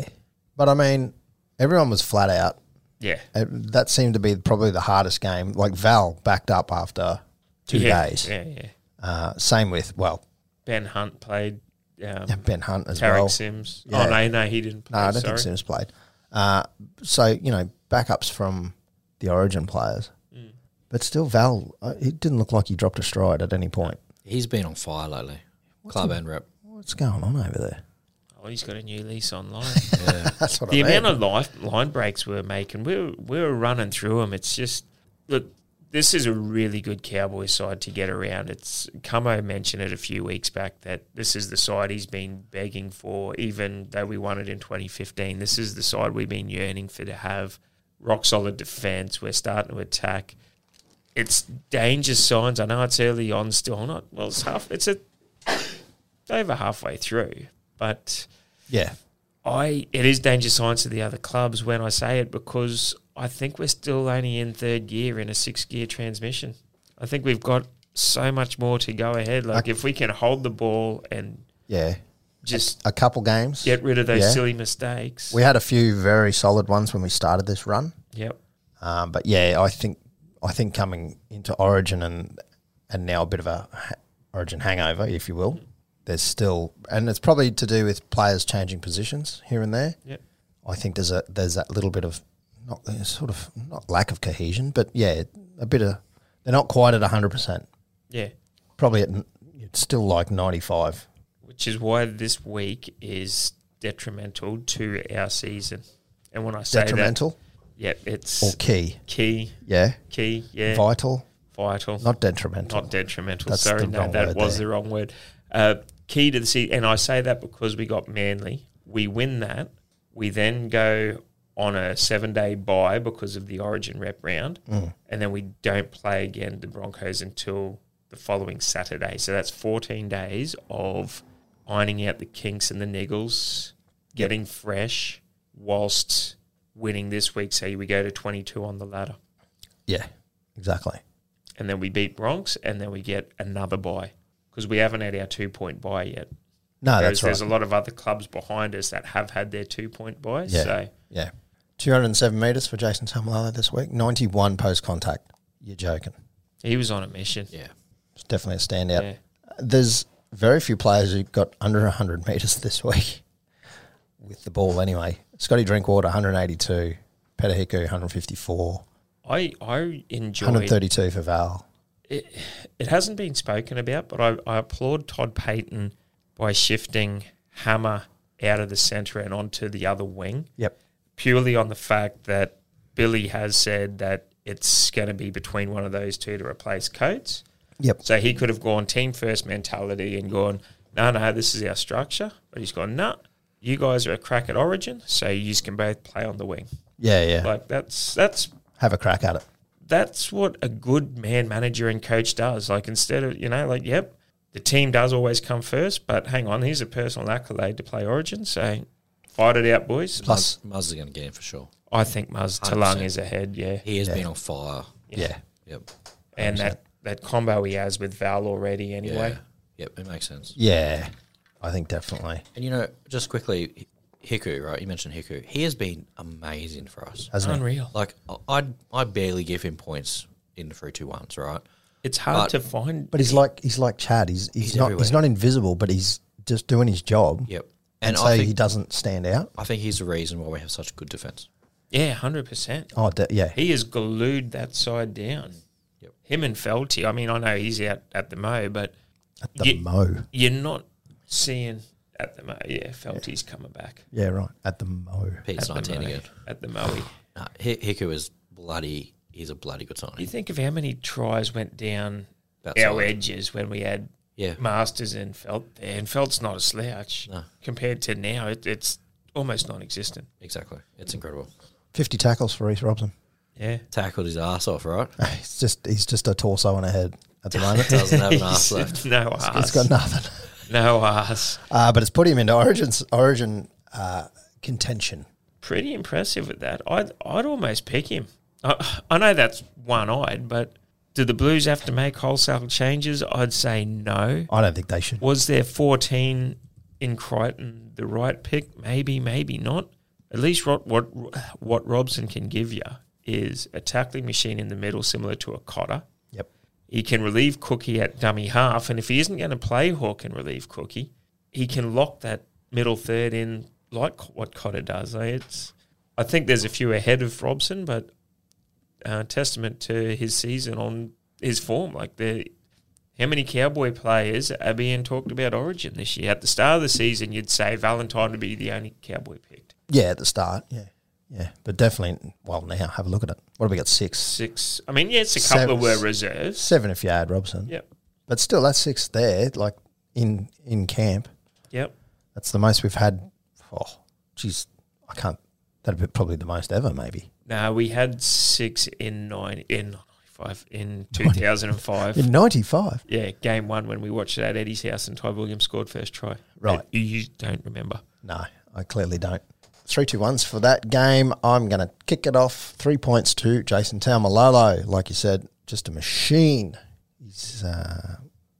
Speaker 1: But I mean, everyone was flat out.
Speaker 2: yeah,
Speaker 1: It, that seemed to be probably the hardest game. Like Val backed up after two
Speaker 2: Yeah,
Speaker 1: days.
Speaker 2: Yeah, yeah.
Speaker 1: Uh, same with, well,
Speaker 2: Ben Hunt played um,
Speaker 1: Ben Hunt as
Speaker 2: Tarek
Speaker 1: well.
Speaker 2: Sims.
Speaker 1: Yeah.
Speaker 2: Oh no, no, he didn't. Play,
Speaker 1: No, I don't
Speaker 2: sorry.
Speaker 1: think Sims played. Uh, so, you know, backups from the origin players.
Speaker 2: Mm.
Speaker 1: But still, Val, uh, it didn't look like he dropped a stride at any point.
Speaker 3: He's been on fire lately. Club and rep.
Speaker 1: What's going on over there?
Speaker 2: Oh, he's got a new lease on life.
Speaker 1: That's what
Speaker 2: the
Speaker 1: I mean.
Speaker 2: amount of life line breaks we were making, we were, we were running through them. It's just look, this is a really good Cowboy side to get around. It's Camo mentioned it a few weeks back that this is the side he's been begging for, even though we won it in 2015. This is the side we've been yearning for to have rock solid defence. We're starting to attack. It's danger signs. I know it's early on still. Not well. It's half. It's a over halfway through, but
Speaker 1: Yeah.
Speaker 2: I it is danger signs to the other clubs when I say it because I think we're still only in third gear in a six gear transmission. I think we've got so much more to go ahead. Like if we can hold the ball and
Speaker 1: Yeah.
Speaker 2: just
Speaker 1: A couple games.
Speaker 2: get rid of those
Speaker 1: Yeah.
Speaker 2: silly mistakes.
Speaker 1: We had a few very solid ones when we started this run.
Speaker 2: yep.
Speaker 1: Um, but yeah, I think I think coming into Origin and and now a bit of a ha- Origin hangover, if you will. There's still, and it's probably to do with players changing positions here and there.
Speaker 2: Yep.
Speaker 1: I think there's a there's that little bit of not there's sort of not lack of cohesion, but yeah, a bit of they're not quite at hundred percent.
Speaker 2: Yeah.
Speaker 1: Probably at n- it's still like ninety five.
Speaker 2: Which is why this week is detrimental to our season. And when I say
Speaker 1: Detrimental
Speaker 2: that, yep, it's
Speaker 1: or key?
Speaker 2: key,
Speaker 1: Yeah,
Speaker 2: key, yeah,
Speaker 1: vital,
Speaker 2: vital.
Speaker 1: not detrimental.
Speaker 2: Not detrimental.
Speaker 1: That's
Speaker 2: Sorry,
Speaker 1: the
Speaker 2: no,
Speaker 1: wrong
Speaker 2: that
Speaker 1: word
Speaker 2: was
Speaker 1: there.
Speaker 2: the wrong word. Uh, key to the sea, and I say that because we got Manly. We win that. We then go on a seven day bye because of the Origin rep round,
Speaker 1: Mm.
Speaker 2: and then we don't play again the Broncos until the following Saturday. So that's fourteen days of ironing out the kinks and the niggles, getting fresh, whilst winning this week. So we go to twenty two on the ladder
Speaker 1: yeah, exactly.
Speaker 2: and then we beat Bronx, and then we get another buy because we haven't had our two point buy yet.
Speaker 1: No,
Speaker 2: Whereas
Speaker 1: Oh, that's right.
Speaker 2: there's a lot of other clubs behind us that have had their two point buys.
Speaker 1: Yeah.
Speaker 2: So
Speaker 1: Yeah. 207 metres for Jason Tamalala this week, 91 post contact. You're joking.
Speaker 2: he was on a mission.
Speaker 3: Yeah.
Speaker 1: It's definitely a standout.
Speaker 2: Yeah.
Speaker 1: There's very few players who got under 100 metres this week with the ball anyway. Scotty Drinkwater, 182. Peter Hiku, 154.
Speaker 2: I I enjoyed.
Speaker 1: 132 for Val.
Speaker 2: It hasn't been spoken about, but I, I applaud Todd Payton by shifting Hammer out of the centre and onto the other wing.
Speaker 1: Yep.
Speaker 2: purely on the fact that Billy has said that it's going to be between one of those two to replace Coates.
Speaker 1: Yep.
Speaker 2: So he could have gone team first mentality and gone, no, no, this is our structure. But he's gone, no, you guys are a crack at Origin, so you can both play on the wing.
Speaker 1: Yeah, yeah.
Speaker 2: Like that's that's
Speaker 1: Have a crack at it.
Speaker 2: that's what a good man manager and coach does. Like instead of you know, like yep, the team does always come first, but hang on, here's a personal accolade to play Origin, so fight it out, boys.
Speaker 1: Plus,
Speaker 3: Muzz is going to get in for sure.
Speaker 2: I think Muzz Talung is ahead, yeah.
Speaker 3: He has been on fire.
Speaker 1: yeah.
Speaker 3: Yep.
Speaker 2: and that, that combo he has with Val already anyway.
Speaker 3: Yeah. Yep. It makes sense.
Speaker 1: Yeah. I think definitely.
Speaker 3: And you know, just quickly, Hiku, right? You mentioned Hiku. He has been amazing for us.
Speaker 1: Hasn't it?
Speaker 2: Unreal.
Speaker 3: Like I, I barely give him points in three two ones, right?
Speaker 2: It's hard
Speaker 3: But-
Speaker 2: to find.
Speaker 1: But he's like he's like Chad. He's he's,
Speaker 3: He's
Speaker 1: not
Speaker 3: everywhere.
Speaker 1: he's not invisible, but he's just doing his job.
Speaker 3: Yep.
Speaker 1: And,
Speaker 3: And,
Speaker 1: so
Speaker 3: I think
Speaker 1: he doesn't stand out.
Speaker 3: I think he's the reason why we have such good defense.
Speaker 2: Yeah, hundred percent.
Speaker 1: Oh, de- yeah.
Speaker 2: He has glued that side down.
Speaker 3: Yep.
Speaker 2: Him and Felty. I mean, I know he's out at the mo, but
Speaker 1: The
Speaker 2: Ye-
Speaker 1: Mo.
Speaker 2: you're not seeing at the mo. Yeah, Felty's coming back
Speaker 1: Yeah, right. At the Mo.
Speaker 3: Pete's
Speaker 2: At the
Speaker 3: nineteen
Speaker 2: Mo.
Speaker 3: again.
Speaker 2: at the moe.
Speaker 3: Nah, Hi- Hiku is bloody. He's a bloody good
Speaker 2: You
Speaker 3: signing.
Speaker 2: think of how many tries went down
Speaker 3: That
Speaker 2: our
Speaker 3: side.
Speaker 2: edges when we had
Speaker 3: Yeah.
Speaker 2: Masters and Felt there, and Felt's not a slouch
Speaker 3: No.
Speaker 2: compared to now. It, it's almost non-existent.
Speaker 3: Exactly. It's incredible.
Speaker 1: 50 tackles for Reese Robson.
Speaker 2: Yeah.
Speaker 3: Tackled his ass off, right?
Speaker 1: He's just he's just a torso and a head at the moment.
Speaker 3: Doesn't have an ass left.
Speaker 2: No ass.
Speaker 1: He's got nothing.
Speaker 2: No ass.
Speaker 1: Uh, but it's put him into origins, origin uh, contention.
Speaker 2: Pretty impressive with that. I'd, I'd almost pick him. I, I know that's one eyed, but do the Blues have to make wholesale changes? I'd say no.
Speaker 1: I don't think they should.
Speaker 2: Was there 14 in Crichton the right pick? Maybe, maybe not. At least what, what, what Robson can give you is a tackling machine in the middle, similar to a Cotter.
Speaker 1: Yep.
Speaker 2: He can relieve Cookie at dummy half, and if he isn't going to play Hawk and relieve Cookie, he can lock that middle third in like what Cotter does. Eh, It's, I think there's a few ahead of Robson, but uh, testament to his season on his form. Like the how many Cowboy players are being talked about Origin this year? At the start of the season, you'd say Valentine would be the only Cowboy picked.
Speaker 1: Yeah, at the start. Yeah. Yeah, but definitely. Well, now have a look at it. What have we got? Six,
Speaker 2: Six. I mean, yeah, it's a
Speaker 1: Seven.
Speaker 2: couple of were reserves.
Speaker 1: seven if you add Robson.
Speaker 2: Yep.
Speaker 1: But still, that's six there. Like in in camp,
Speaker 2: Yep.
Speaker 1: that's the most we've had. Oh, geez, I can't. That'd be probably the most ever, maybe.
Speaker 2: No, we had six in nine in not 95 in 2005.
Speaker 1: In '95,
Speaker 2: yeah, game one when we watched it at Eddie's house and Ty Williams scored first try.
Speaker 1: Right.
Speaker 2: You, you don't remember.
Speaker 1: no, I clearly don't. Three, two, ones for that game. I'm going to kick it off. Three points to Jason Taumalolo. Like you said, just a machine. He's uh,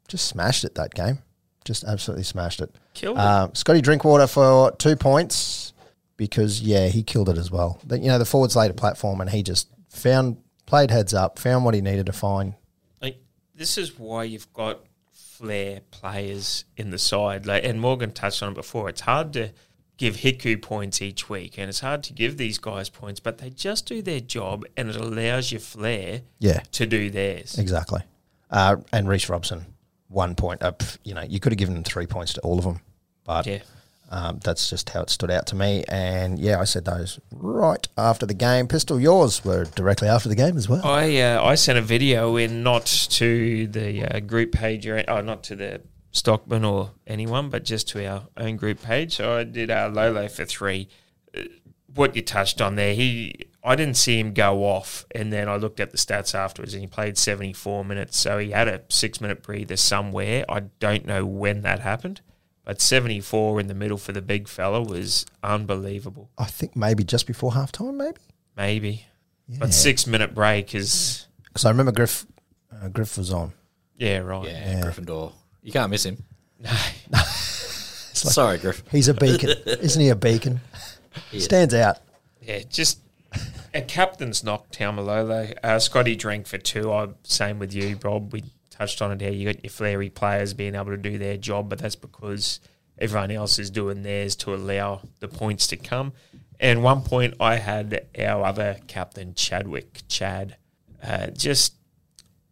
Speaker 1: just smashed it that game. Just absolutely smashed it.
Speaker 2: Killed it.
Speaker 1: Um, Scotty Drinkwater for two points because yeah, he killed it as well. But, you know, the forwards laid a platform and he just found played heads up, found what he needed to find.
Speaker 2: like this is why you've got flair players in the side. Like and Morgan touched on it before. It's hard to give Hiku points each week and it's hard to give these guys points, but they just do their job and it allows your flair
Speaker 1: Yeah,
Speaker 2: to do theirs.
Speaker 1: exactly. Uh, and Reese Robson, one point. Uh, pff, you know, you could have given him three points to all of them, but
Speaker 2: Yeah.
Speaker 1: um, that's just how it stood out to me. And yeah, I said those right after the game. Pistol, yours were directly after the game as well.
Speaker 2: I uh, I sent a video in not to the uh, group page or oh, not to the Stockman or anyone, but just to our own group page. So I did uh, Lolo for three. Uh, What you touched on there, he I didn't see him go off, and then I looked at the stats afterwards, and he played seventy four minutes, so he had a six minute breather somewhere. I don't know when that happened, but seventy four in the middle for the big fella was unbelievable.
Speaker 1: I think maybe just before halftime, maybe.
Speaker 2: Maybe,
Speaker 1: Yeah.
Speaker 2: but six minute break is
Speaker 1: So I remember Griff. Uh, Griff was on.
Speaker 2: yeah right.
Speaker 3: Yeah, Gryffindor. You can't miss him.
Speaker 1: like-
Speaker 3: Sorry, Griff.
Speaker 1: He's a beacon, isn't he? A beacon stands out.
Speaker 2: Yeah, just a captain's knock, Taumalolo. Uh, Scotty drank for two. I same with you, Rob. We touched on it here. You got your flary players being able to do their job, but that's because everyone else is doing theirs to allow the points to come. And one point, I had our other captain, Chadwick Chad. Uh, just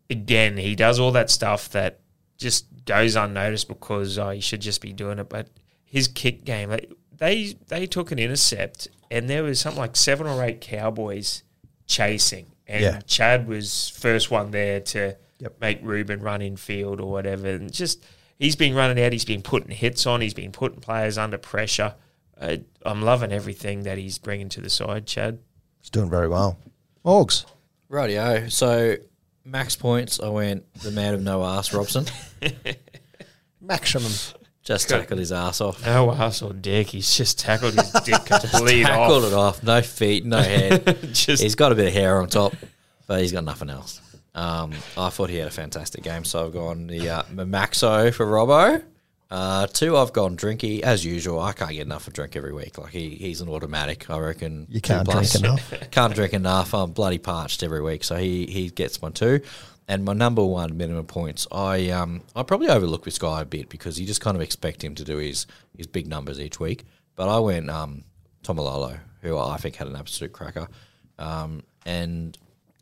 Speaker 2: again, he does all that stuff that just goes unnoticed because oh, he should just be doing it. But his kick game, like, they they took an intercept, and there was something like seven or eight Cowboys chasing, and
Speaker 1: Yeah.
Speaker 2: Chad was first one there to
Speaker 1: Yep.
Speaker 2: make Ruben run in field or whatever, and just he's been running out, he's been putting hits on, he's been putting players under pressure. Uh, I'm loving everything that he's bringing to the side, Chad.
Speaker 1: He's doing very well. Orgs.
Speaker 3: Rightio. So max points, I went the man of no ass, Robson.
Speaker 1: Maximum.
Speaker 3: Just tackled his ass off.
Speaker 2: No ass or dick, he's just tackled his dick complete
Speaker 3: Tackled
Speaker 2: off.
Speaker 3: it off. No feet, no head.
Speaker 2: Just
Speaker 3: he's got a bit of hair on top, but he's got nothing else. Um, I thought he had a fantastic game, so I've gone the uh, Maxo for Robbo. Uh, two, I've gone Drinky as usual. I can't get enough of Drink every week. Like he, he's an automatic, I reckon.
Speaker 1: You
Speaker 3: Two
Speaker 1: can't drink
Speaker 3: plus.
Speaker 1: enough.
Speaker 3: can't drink enough. I'm bloody parched every week, so he he gets one too. And my number one minimum points, I um I probably overlook this guy a bit because you just kind of expect him to do his his big numbers each week. But I went um Tomalolo, who I think had an absolute cracker, um and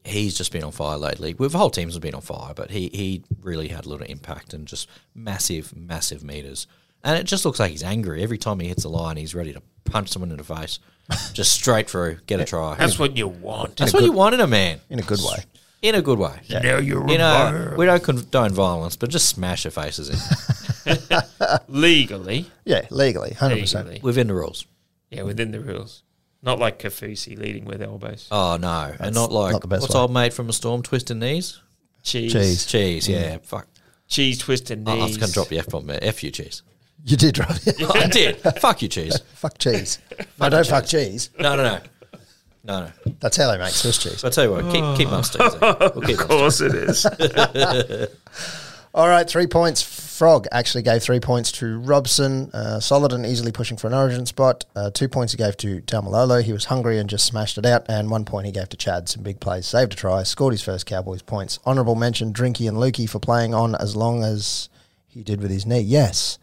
Speaker 3: he's just been on fire lately. Well, the whole team's been on fire, but he he really had a lot of impact and just massive massive meters. And it just looks like he's angry every time he hits the line. He's ready to punch someone in the face, just straight through, get a try.
Speaker 2: that's what you want.
Speaker 3: That's what you want in a man,
Speaker 1: in a good way.
Speaker 3: in a good way.
Speaker 2: Now you're
Speaker 3: You know, we don't condone violence, but just smash your faces in
Speaker 2: legally,
Speaker 1: Yeah, legally, hundred percent.
Speaker 2: legally,
Speaker 3: within the rules.
Speaker 2: yeah, within the rules. Not like Kafusi leading with elbows.
Speaker 3: Oh no, and not like
Speaker 1: not the best
Speaker 3: what's
Speaker 1: way.
Speaker 3: old mate from a storm twisting knees.
Speaker 2: Cheese,
Speaker 1: Cheese.
Speaker 2: cheese,
Speaker 3: Cheese, yeah,
Speaker 1: Mm.
Speaker 3: fuck.
Speaker 2: twisted knees.
Speaker 3: I I was going to drop the f bomb there. F you, cheese.
Speaker 1: You did right.
Speaker 3: I did. fuck you, cheese.
Speaker 1: fuck cheese. No, don't fuck cheese.
Speaker 3: No, no, no, no, no.
Speaker 1: That's how they make Swiss cheese.
Speaker 3: So I tell you what, keep keep
Speaker 1: Oh.
Speaker 3: mustard. We'll keep
Speaker 2: Of
Speaker 3: mustard.
Speaker 2: course it is.
Speaker 1: All right, three points. Frog actually gave three points to Robson. Uh, solid and easily pushing for an origin spot. Uh, two points he gave to Taumalolo. He was hungry and just smashed it out. And one point he gave to Chad. Some big plays. Saved a try. Scored his first Cowboys points. Honourable mention Drinky and Lukey for playing on as long as he did with his knee. Yes.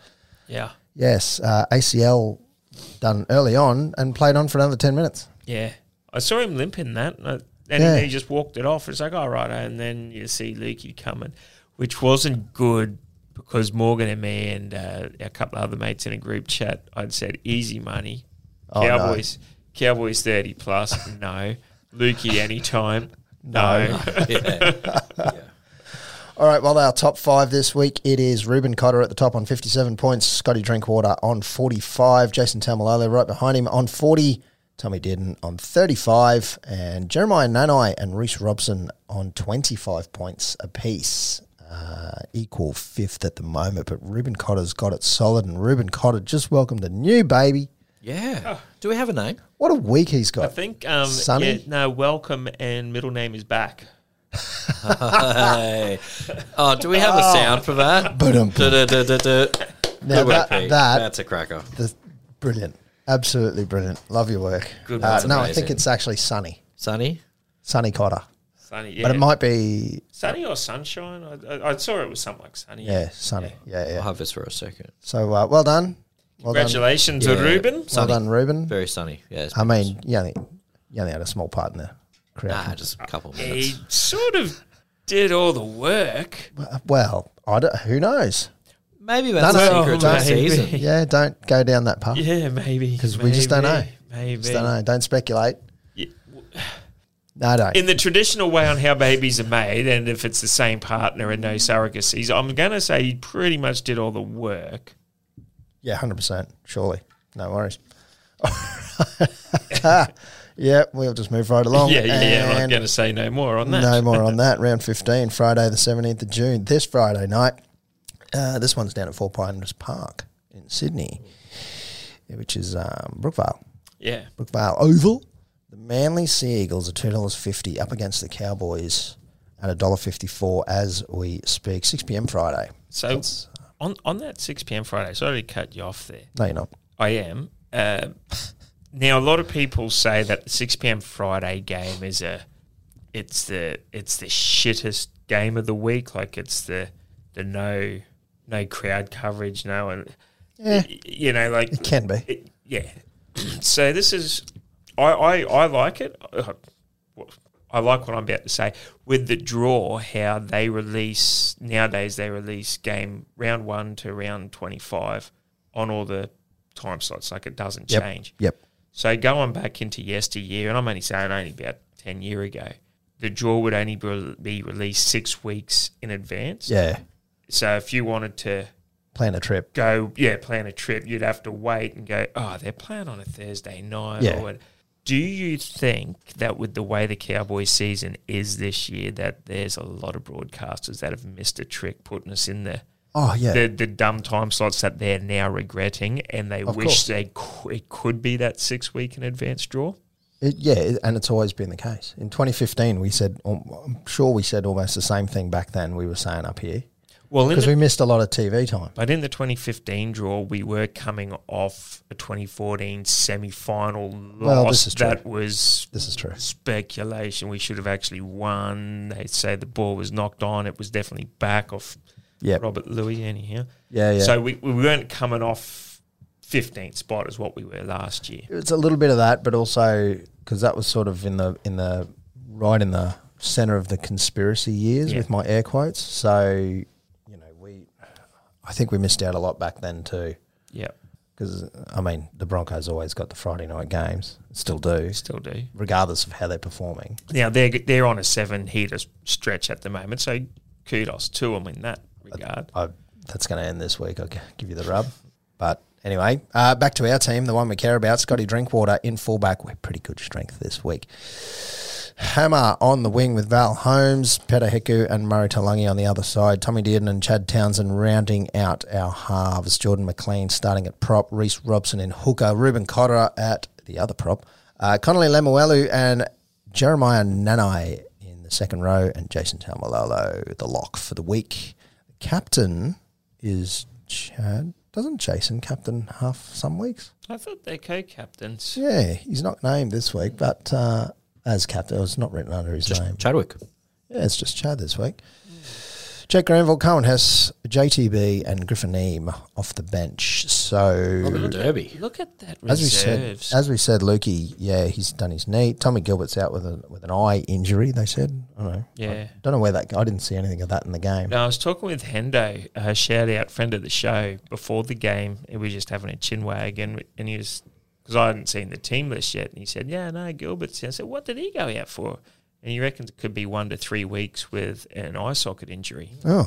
Speaker 2: yeah,
Speaker 1: Yes. Uh, ACL done early on and played on for another 10 minutes.
Speaker 2: yeah. I saw him limping that, and, I, and
Speaker 1: Yeah.
Speaker 2: he just walked it off. It's like, all right, and then you see Lukey coming, which wasn't good because Morgan and me and uh, a couple of other mates in a group chat, I'd said easy money,
Speaker 1: Oh, no.
Speaker 2: Cowboys, Cowboys 30 plus, no. Lukey anytime, no.
Speaker 3: yeah.
Speaker 1: All right, well, our top five this week it is Ruben Cotter at the top on 57 points, Scotty Drinkwater on 45, Jason Tamalolo right behind him on 40, Tommy Dearden on 35, and Jeremiah Nanai and Reese Robson on 25 points apiece. Uh, equal fifth at the moment, but Ruben Cotter's got it solid, and Ruben Cotter just welcomed a new baby.
Speaker 3: Yeah. Do we have a name?
Speaker 1: What a week he's
Speaker 2: I
Speaker 1: got!
Speaker 2: think, um,
Speaker 1: Sonny?
Speaker 2: yeah, no, welcome and middle name is back.
Speaker 3: Hey. Oh, do we have a sound for that?
Speaker 1: Ba-dum.
Speaker 3: Du-du-du-du-du.
Speaker 1: Now
Speaker 3: Good work,
Speaker 1: that-
Speaker 3: Pete.
Speaker 1: that-
Speaker 3: That's a cracker.
Speaker 1: The- brilliant, absolutely brilliant. Love your work.
Speaker 3: Good,
Speaker 1: uh,
Speaker 3: that's
Speaker 1: no, I
Speaker 3: amazing.
Speaker 1: think it's actually Sunny,
Speaker 3: Sonny?
Speaker 1: Sunny Cotter.
Speaker 2: Sunny, yeah.
Speaker 1: But it might be
Speaker 2: Sunny or sunshine? I, I, I saw it was something like sunny.
Speaker 1: yeah, sunny. Yeah, yeah.
Speaker 3: I'll have this for a second.
Speaker 1: So uh, well done, well done,
Speaker 2: Congratulations
Speaker 3: Yeah.
Speaker 2: to Ruben.
Speaker 1: well
Speaker 3: Sunny.
Speaker 1: done, Ruben.
Speaker 3: Very sunny. Yeah. it's
Speaker 1: I mean, you only, you only had a small part in the
Speaker 3: Nah,
Speaker 1: creation.
Speaker 3: just a couple of
Speaker 2: He
Speaker 3: minutes.
Speaker 2: sort of did all the work.
Speaker 1: Uh, Well, I don't, who knows?
Speaker 3: Maybe that's
Speaker 1: No,
Speaker 3: a
Speaker 1: no,
Speaker 3: secret to
Speaker 1: no,
Speaker 3: the
Speaker 2: maybe.
Speaker 3: season.
Speaker 1: Yeah, don't go down that path.
Speaker 2: Yeah, maybe. Because
Speaker 1: we just don't know.
Speaker 2: Maybe.
Speaker 1: Just don't know. Don't speculate.
Speaker 2: Yeah.
Speaker 1: No, don't.
Speaker 2: In the traditional way on how babies are made, and if it's the same partner and no surrogacies, I'm going to say he pretty much did all the work.
Speaker 1: yeah, hundred percent. Surely, no worries. yeah, we'll just move right along.
Speaker 2: yeah, yeah, yeah. I'm
Speaker 1: Oh, And
Speaker 2: going to say no more on that.
Speaker 1: No more on that. Round 15, Friday the 17th of June, this Friday night. Uh, this one's down at Four Pines Park in Sydney, which is um, Brookvale.
Speaker 2: Yeah.
Speaker 1: Brookvale Oval. The Manly Sea Eagles are $2.50 up against the Cowboys at $1.54 as we speak. 6 p.m. Friday.
Speaker 2: So on, on that 6 p.m. Friday, sorry to cut you off there.
Speaker 1: No, you're not.
Speaker 2: I am. Uh, now, a lot of people say that the six pm Friday game is a, it's the it's the shittest game of the week. Like it's the the no no crowd coverage, no and
Speaker 1: Yeah.
Speaker 2: you know like
Speaker 1: It can be.
Speaker 2: it- yeah. so this is, I, I, I like it. I like what I'm about to say. With the draw, how they release nowadays, they release game round one to round 25 on all the time slots. Like it doesn't
Speaker 1: Yep.
Speaker 2: change.
Speaker 1: Yep.
Speaker 2: So going back into yesteryear, and I'm only saying only about 10 year ago, the draw would only be be released six weeks in advance.
Speaker 1: Yeah.
Speaker 2: So if you wanted to
Speaker 1: Plan a trip.
Speaker 2: go, yeah, plan a trip, you'd have to wait and go, oh, they're playing on a Thursday night.
Speaker 1: Yeah.
Speaker 2: Or what. Do you think that with the way the Cowboys season is this year, that there's a lot of broadcasters that have missed a trick putting us in the
Speaker 1: Oh, yeah.
Speaker 2: the, the dumb time slots that they're now regretting, and they wish
Speaker 1: course.
Speaker 2: they c- it could be that six week in advance draw.
Speaker 1: It, yeah, it- and it's always been the case. In 2015, we said, um, I'm sure we said almost the same thing back then we were saying up here
Speaker 2: Well, in
Speaker 1: because
Speaker 2: the,
Speaker 1: we missed a lot of TV time.
Speaker 2: but in the 2015 draw, we were coming off a 2014 semi final loss
Speaker 1: Well, this is true.
Speaker 2: that was
Speaker 1: This is true.
Speaker 2: speculation. We should have actually won. They say the ball was knocked on. It was definitely back off
Speaker 1: Yep.
Speaker 2: Robert Louis, anyhow.
Speaker 1: Yeah, yeah.
Speaker 2: So we, we weren't coming off 15th spot as what we were last year.
Speaker 1: it's a little bit of that, but also because that was sort of in the in the right in the center of the conspiracy years
Speaker 2: Yeah.
Speaker 1: with my air quotes. So you know, we I think we missed out a lot back then too.
Speaker 2: Yeah,
Speaker 1: Because I mean, the Broncos always got the Friday night games, still do,
Speaker 2: still do.
Speaker 1: regardless of how they're performing.
Speaker 2: Now they're they're on a seven heater stretch at the moment. So kudos to them in that regard.
Speaker 1: I, that's going to end this week. I'll g- give you the rub. But anyway, uh, back to our team, the one we care about, Scotty Drinkwater in fullback. We're pretty good strength this week. Hammer on the wing with Val Holmes, Peter Hiku and Murray Talangi on the other side. Tommy Dearden and Chad Townsend rounding out our halves. Jordan McLean starting at prop. Reese Robson in hooker. Ruben Cotter at the other prop. Uh, Connolly Lemuelu and Jeremiah Nanai in the second row. And Jason Taumalolo, the lock for the week. Captain is Chad. Doesn't Jason captain half some weeks?
Speaker 2: I thought they're co-captains.
Speaker 1: Yeah, he's not named this week, but uh, as captain, it was not written under his name.
Speaker 3: Chadwick.
Speaker 1: Yeah, it's just Chad this week. Jake Granville, Cohen Hess, JTB, and Griffin Eam off the bench. So,
Speaker 3: The Derby.
Speaker 2: Oh, Look at that
Speaker 1: as we said,
Speaker 2: reserves.
Speaker 1: as we said, Lukey, yeah, he's done his knee. Tommy Gilbert's out with a, with an eye injury. They said, I don't know.
Speaker 2: Yeah.
Speaker 1: don't know where that. I didn't see anything of that in the game.
Speaker 2: No, I was talking with uh, Hendo, a shout out friend of the show, before the game. and We were just having a chin wag, and, and he was because I hadn't seen the team list yet. And he said, "Yeah, no, Gilbert's." here." I said, "What did he go out for?" And he reckons it could be one to three weeks with an eye socket injury.
Speaker 1: Oh,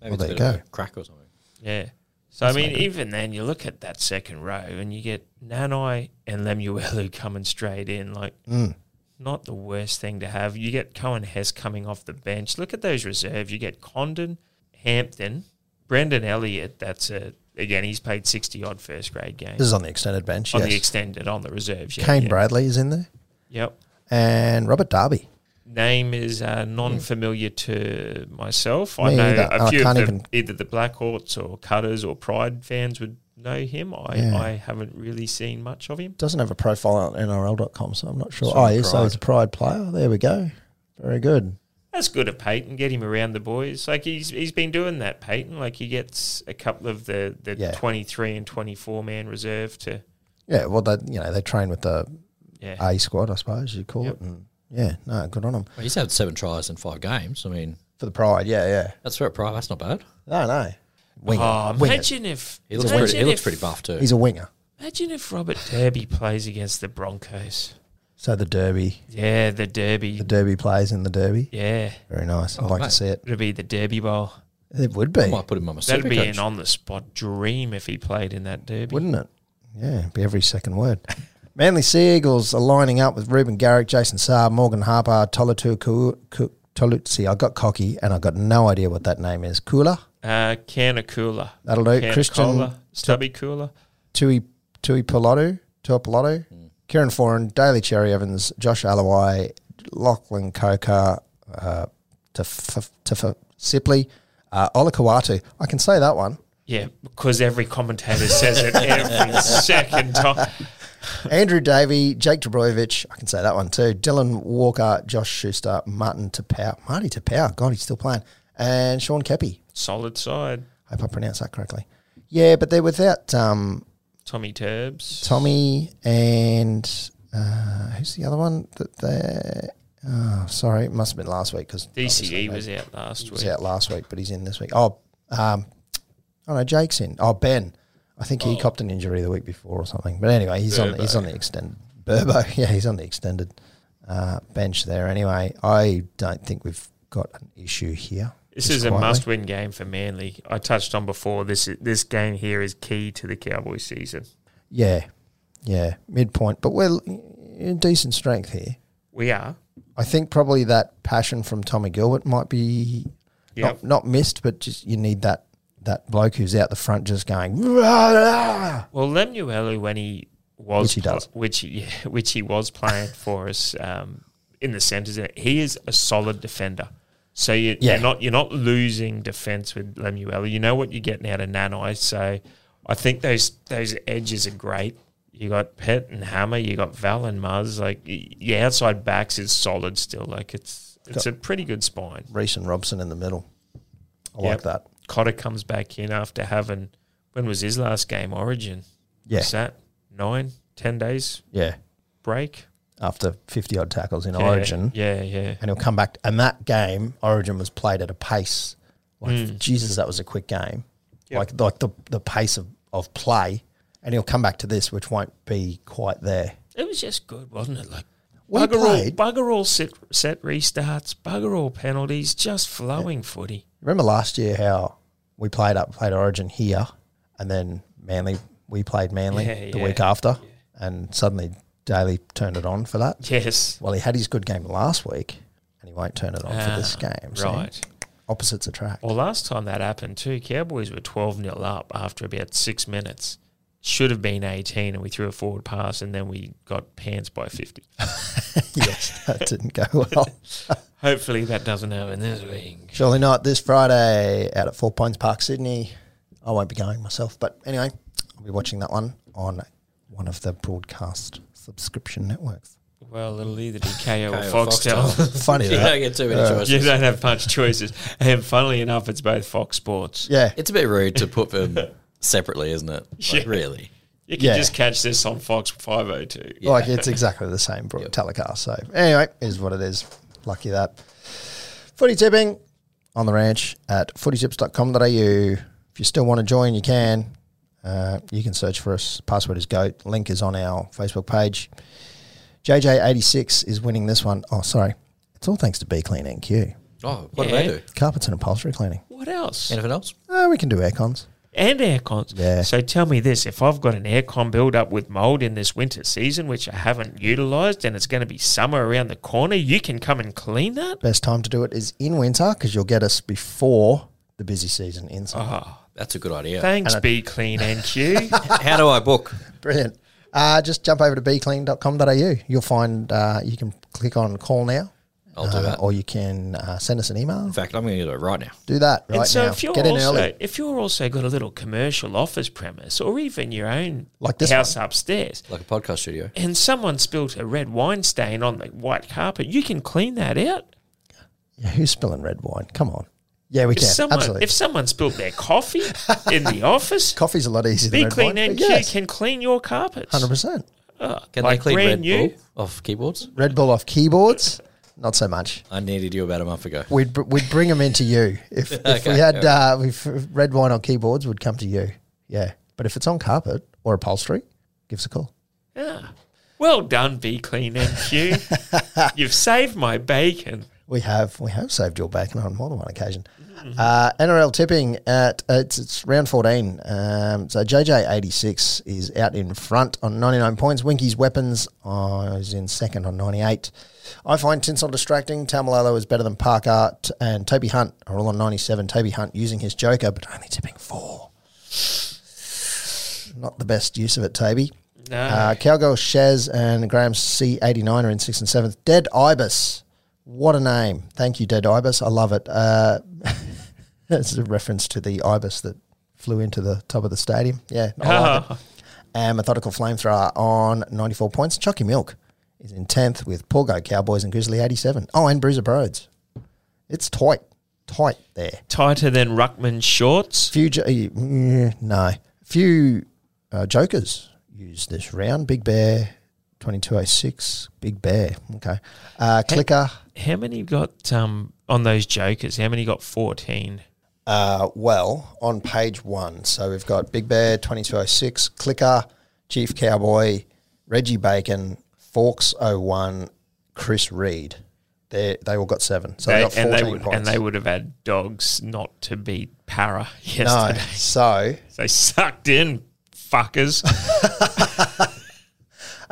Speaker 1: well,
Speaker 3: Maybe it's
Speaker 1: there
Speaker 3: a
Speaker 1: you
Speaker 3: bit
Speaker 1: go.
Speaker 3: of a crack or something.
Speaker 2: Yeah. So I mean, even then, you look at that second row and you get Nanai and Lemuelu coming straight in, like
Speaker 1: Mm.
Speaker 2: not the worst thing to have. You get Cohen Hess coming off the bench. Look at those reserves. You get Condon, Hampton, Brendan Elliott. That's a again, he's played sixty odd first grade games
Speaker 1: This is on the extended bench.
Speaker 2: on
Speaker 1: yes.
Speaker 2: the extended on the reserves. Yeah,
Speaker 1: Kane
Speaker 2: yeah.
Speaker 1: Bradley is in there,
Speaker 2: Yep.
Speaker 1: and Robert Darby.
Speaker 2: name is uh, non-familiar to myself. I
Speaker 1: Mm. Me
Speaker 2: know
Speaker 1: either.
Speaker 2: a
Speaker 1: I
Speaker 2: few of
Speaker 1: can't
Speaker 2: the,
Speaker 1: even-
Speaker 2: either the Blackhawks or Cutters or Pride fans would know him. I,
Speaker 1: Yeah.
Speaker 2: I haven't really seen much of him.
Speaker 1: Doesn't have a profile on NRL.com, so I'm not sure.
Speaker 3: It's
Speaker 1: Oh,
Speaker 3: on
Speaker 1: yeah, so
Speaker 3: Pride.
Speaker 1: he's a Pride player. There we go. Very good.
Speaker 2: That's good of Peyton. Get him around the boys. Like he's he's been doing that, Peyton. Like he gets a couple of the, the
Speaker 1: Yeah.
Speaker 2: twenty three and twenty four man reserve to
Speaker 1: Yeah, well, they you know they train with the
Speaker 2: yeah.
Speaker 1: A squad, I suppose you call
Speaker 2: Yep.
Speaker 1: it. And yeah, no, good on them
Speaker 3: Well, he's had seven tries in five games. I mean,
Speaker 1: for the Pride. Yeah, yeah.
Speaker 3: that's for a pride. That's not bad.
Speaker 1: No, no. Winger.
Speaker 2: Oh,
Speaker 1: winger.
Speaker 2: imagine if
Speaker 3: He looks
Speaker 2: imagine
Speaker 3: pretty. He looks
Speaker 2: if-
Speaker 3: pretty buff too.
Speaker 1: He's a winger.
Speaker 2: Imagine if Robert Derby plays against the Broncos.
Speaker 1: So the Derby,
Speaker 2: Yeah, the Derby.
Speaker 1: the Derby plays in the Derby.
Speaker 2: yeah,
Speaker 1: Very nice. I'd like
Speaker 3: Oh, mate.
Speaker 1: to see it.
Speaker 2: it'll be the Derby Bowl.
Speaker 1: It would be,
Speaker 3: I might put him on my
Speaker 2: That'd
Speaker 3: super
Speaker 2: be
Speaker 3: coach.
Speaker 2: an on the spot dream if he played in that derby.
Speaker 1: wouldn't it? Yeah, it'd be every second word. Manly Sea Eagles are lining up with Ruben Garrick, Jason Saab, Morgan Harper, Tolatu Ku- Ku- Tolutsi. I got cocky and I got no idea what that name is. Kula?
Speaker 2: Uh, can of cooler.
Speaker 1: That'll do.
Speaker 2: Can
Speaker 1: Uh, Christian-
Speaker 2: Cola, stubby cooler.
Speaker 1: Tui Tui Piloto, Tua Piloto, Kieran Foran, Daly Cherry Evans, Josh Alloway, Lachlan Coker, uh, Tef- Tef- Sipley, uh, Ola Kawatu. I can say that one.
Speaker 2: Yeah, because every commentator says it every second time.
Speaker 1: Andrew Davey, Jake Dobrovic. I can say that one too. Dylan Walker, Josh Schuster, Martin Tapau. Marty Tapau. God, he's still playing. And Sean Kepi.
Speaker 2: Solid side.
Speaker 1: Hope I pronounced that correctly. Yeah, but they're without um,
Speaker 2: Tommy Turbs.
Speaker 1: Tommy and uh, who's the other one that they? Oh, sorry, it must have been last week because
Speaker 2: DCE E was out last
Speaker 1: was
Speaker 2: week.
Speaker 1: out last week, but he's in this week. Oh, um, oh no, Jake's in. Oh, Ben, I think
Speaker 2: Oh.
Speaker 1: he copped an injury the week before or something. But anyway, he's on the, he's on the extended Burbo. Yeah, he's on the extended uh, bench there. Anyway, I don't think we've got an issue here.
Speaker 2: This
Speaker 1: Just
Speaker 2: is a
Speaker 1: quietly.
Speaker 2: must win game for Manly. I touched on before. This is, this game here is key to the Cowboys season.
Speaker 1: Yeah, yeah, midpoint, but we're l- in decent strength here.
Speaker 2: We are.
Speaker 1: I think probably that passion from Tommy Gilbert might be
Speaker 2: Yep.
Speaker 1: not, not missed, but just you need that that bloke who's out the front just going. "Rah, rah."
Speaker 2: Well, Lemuelu, when he was
Speaker 1: Which he does.
Speaker 2: which he, yeah, which he was playing for us um, in the centres, and he is a solid defender. So you,
Speaker 1: Yeah.
Speaker 2: you're not you're not losing defence with Lemuelu. You know what you're getting out of Nanai. So I think those those edges are great. You got Pet and Hammer. You got Val and Muzz. Like y- your outside backs is solid still. Like it's it's a pretty good spine.
Speaker 1: Reese and Robson in the middle. I
Speaker 2: Yep.
Speaker 1: like that.
Speaker 2: Cotter comes back in after having when was his last game? Origin.
Speaker 1: Yeah.
Speaker 2: What's that nine ten days
Speaker 1: Yeah,
Speaker 2: break.
Speaker 1: after fifty odd tackles in
Speaker 2: Yeah,
Speaker 1: Origin,
Speaker 2: Yeah, yeah.
Speaker 1: and he'll come back. And that game, Origin was played at a pace. Like
Speaker 2: Mm.
Speaker 1: Jesus, that was a quick game. Like like the the pace of of play, and he'll come back to this, which won't be quite there.
Speaker 2: It was just good, wasn't it? Like
Speaker 1: We
Speaker 2: bugger
Speaker 1: played.
Speaker 2: all, bugger all set, set restarts, bugger all penalties, just flowing footy.
Speaker 1: Remember last year how we played up, played Origin here, and then Manly, we played Manly
Speaker 2: Yeah,
Speaker 1: the
Speaker 2: yeah,
Speaker 1: week after, and suddenly Daly turned it on for that.
Speaker 2: Yes,
Speaker 1: Well, he had his good game last week, and he won't turn it on for this
Speaker 2: Ah,
Speaker 1: game. So
Speaker 2: right.
Speaker 1: opposites attract.
Speaker 2: Well, last time that happened too, Cowboys were twelve 0 up after about six minutes. Should have been eighteen, and we threw a forward pass, and then we got pants by fifty.
Speaker 1: yes, that didn't go well.
Speaker 2: Hopefully, that doesn't happen this week.
Speaker 1: Surely not this Friday out at Four Pines Park, Sydney. I won't be going myself, but anyway, I'll be watching that one on one of the broadcast subscription networks.
Speaker 2: Well, it'll either be KO or
Speaker 3: Hey,
Speaker 2: Foxtel.
Speaker 1: Funny
Speaker 3: you
Speaker 1: that.
Speaker 3: don't get too many choices.
Speaker 2: You don't have much choices, and funnily enough, it's both Fox Sports.
Speaker 1: Yeah.
Speaker 3: It's a bit rude to put them separately, isn't it? Like, Really.
Speaker 2: You can
Speaker 1: Yeah.
Speaker 2: just catch this on Fox 502.
Speaker 1: Like it's exactly the same broad telecast. So anyway, is what it is. Lucky that. Footy tipping on the ranch at footytips.com.au. If you still want to join, you can. Uh, you can search for us. Password is GOAT. Link is on our Facebook page. JJ86 is winning this one. Oh, sorry. It's all thanks to Be Clean NQ.
Speaker 3: Oh, what
Speaker 2: Yeah.
Speaker 3: do they do?
Speaker 1: Carpets and upholstery cleaning.
Speaker 2: What else?
Speaker 3: Anything else?
Speaker 1: Uh, we can do air cons.
Speaker 2: and aircons.
Speaker 1: Yeah.
Speaker 2: So tell me this: if I've got an aircon build up with mold in this winter season, which I haven't utilised, and it's going to be summer around the corner, you can come and clean that.
Speaker 1: Best time to do it is in winter because you'll get us before the busy season ends.
Speaker 3: That's a good idea.
Speaker 2: Thanks, Be Clean NQ.
Speaker 3: How do I book?
Speaker 1: Brilliant. Uh, just jump over to beclean.com.au. You'll find uh, you can click on call now.
Speaker 3: I'll do
Speaker 1: uh,
Speaker 3: that.
Speaker 1: Or you can uh, send us an email.
Speaker 3: In fact, I'm going to do it right now.
Speaker 1: Do that right
Speaker 2: and so
Speaker 1: now.
Speaker 2: if you're
Speaker 1: Get in
Speaker 2: also
Speaker 1: early.
Speaker 2: if you're also got a little commercial office premise or even your own
Speaker 1: Like this
Speaker 2: house upstairs,
Speaker 3: Like a podcast studio.
Speaker 2: and someone spilt a red wine stain on the white carpet, you can clean that out.
Speaker 1: Yeah, who's spilling red wine? Come on. Yeah, we
Speaker 2: If
Speaker 1: can.
Speaker 2: someone
Speaker 1: Absolutely.
Speaker 2: if someone spilt their coffee in the office,
Speaker 1: Coffee's a lot easier
Speaker 2: Be
Speaker 1: than red
Speaker 2: Clean
Speaker 1: wine.
Speaker 2: NQ
Speaker 1: but yes,
Speaker 2: can clean your carpets.
Speaker 1: 100%.
Speaker 3: Can
Speaker 2: Like
Speaker 3: they clean
Speaker 2: brand
Speaker 3: Red
Speaker 2: new?
Speaker 3: Bull off keyboards?
Speaker 1: Red Bull off keyboards, not so much.
Speaker 3: I needed you about a month ago.
Speaker 1: We'd, br- we'd bring them into you. If, if
Speaker 3: Okay,
Speaker 1: we had uh, if red wine on keyboards, would come to you. Yeah. But if it's on carpet or upholstery, give us a call.
Speaker 2: Yeah. Well done, Be Clean NQ. You've saved my bacon.
Speaker 1: We have we have saved your bacon on more than one occasion. Uh, NRL tipping at uh, it's, it's round fourteen. Um, so JJ eighty six is out in front on ninety nine points. Winky's weapons uh, is in second on ninety eight. I find Tinsel distracting. Tamalolo is better than Parker t- and Toby Hunt are all on ninety seven. Toby Hunt using his joker but only tipping four. Not the best use of it, Toby.
Speaker 2: No.
Speaker 1: Uh, Cowgirl Shaz and Graham C89 are in sixth and seventh. Dead Ibis. What a name. Thank you, Dead Ibis. I love it. Uh, it's a reference to the Ibis that flew into the top of the stadium. Yeah, Uh, I like it. And Methodical Flamethrower on 94 points. Chucky Milk is in 10th with Porgo Cowboys and Grizzly 87. Oh, and Bruiser Broads. It's tight, tight there.
Speaker 2: Tighter than Ruckman shorts.
Speaker 1: Few, jo- eh, no, few uh, jokers use this round. Big Bear, twenty two oh six. Big Bear, okay. Uh, Clicker,
Speaker 2: How many got um, on those jokers? How many got 14?
Speaker 1: uh, well, on page one. So we've got Big Bear, twenty two oh six. Clicker, Chief Cowboy, Reggie Bacon, Forks 01, Chris Reed. They they all got seven. So they, got
Speaker 2: and,
Speaker 1: fourteen
Speaker 2: they would,
Speaker 1: points.
Speaker 2: and they would have had dogs not to beat para
Speaker 1: no,
Speaker 2: yesterday.
Speaker 1: so
Speaker 2: They sucked in, fuckers.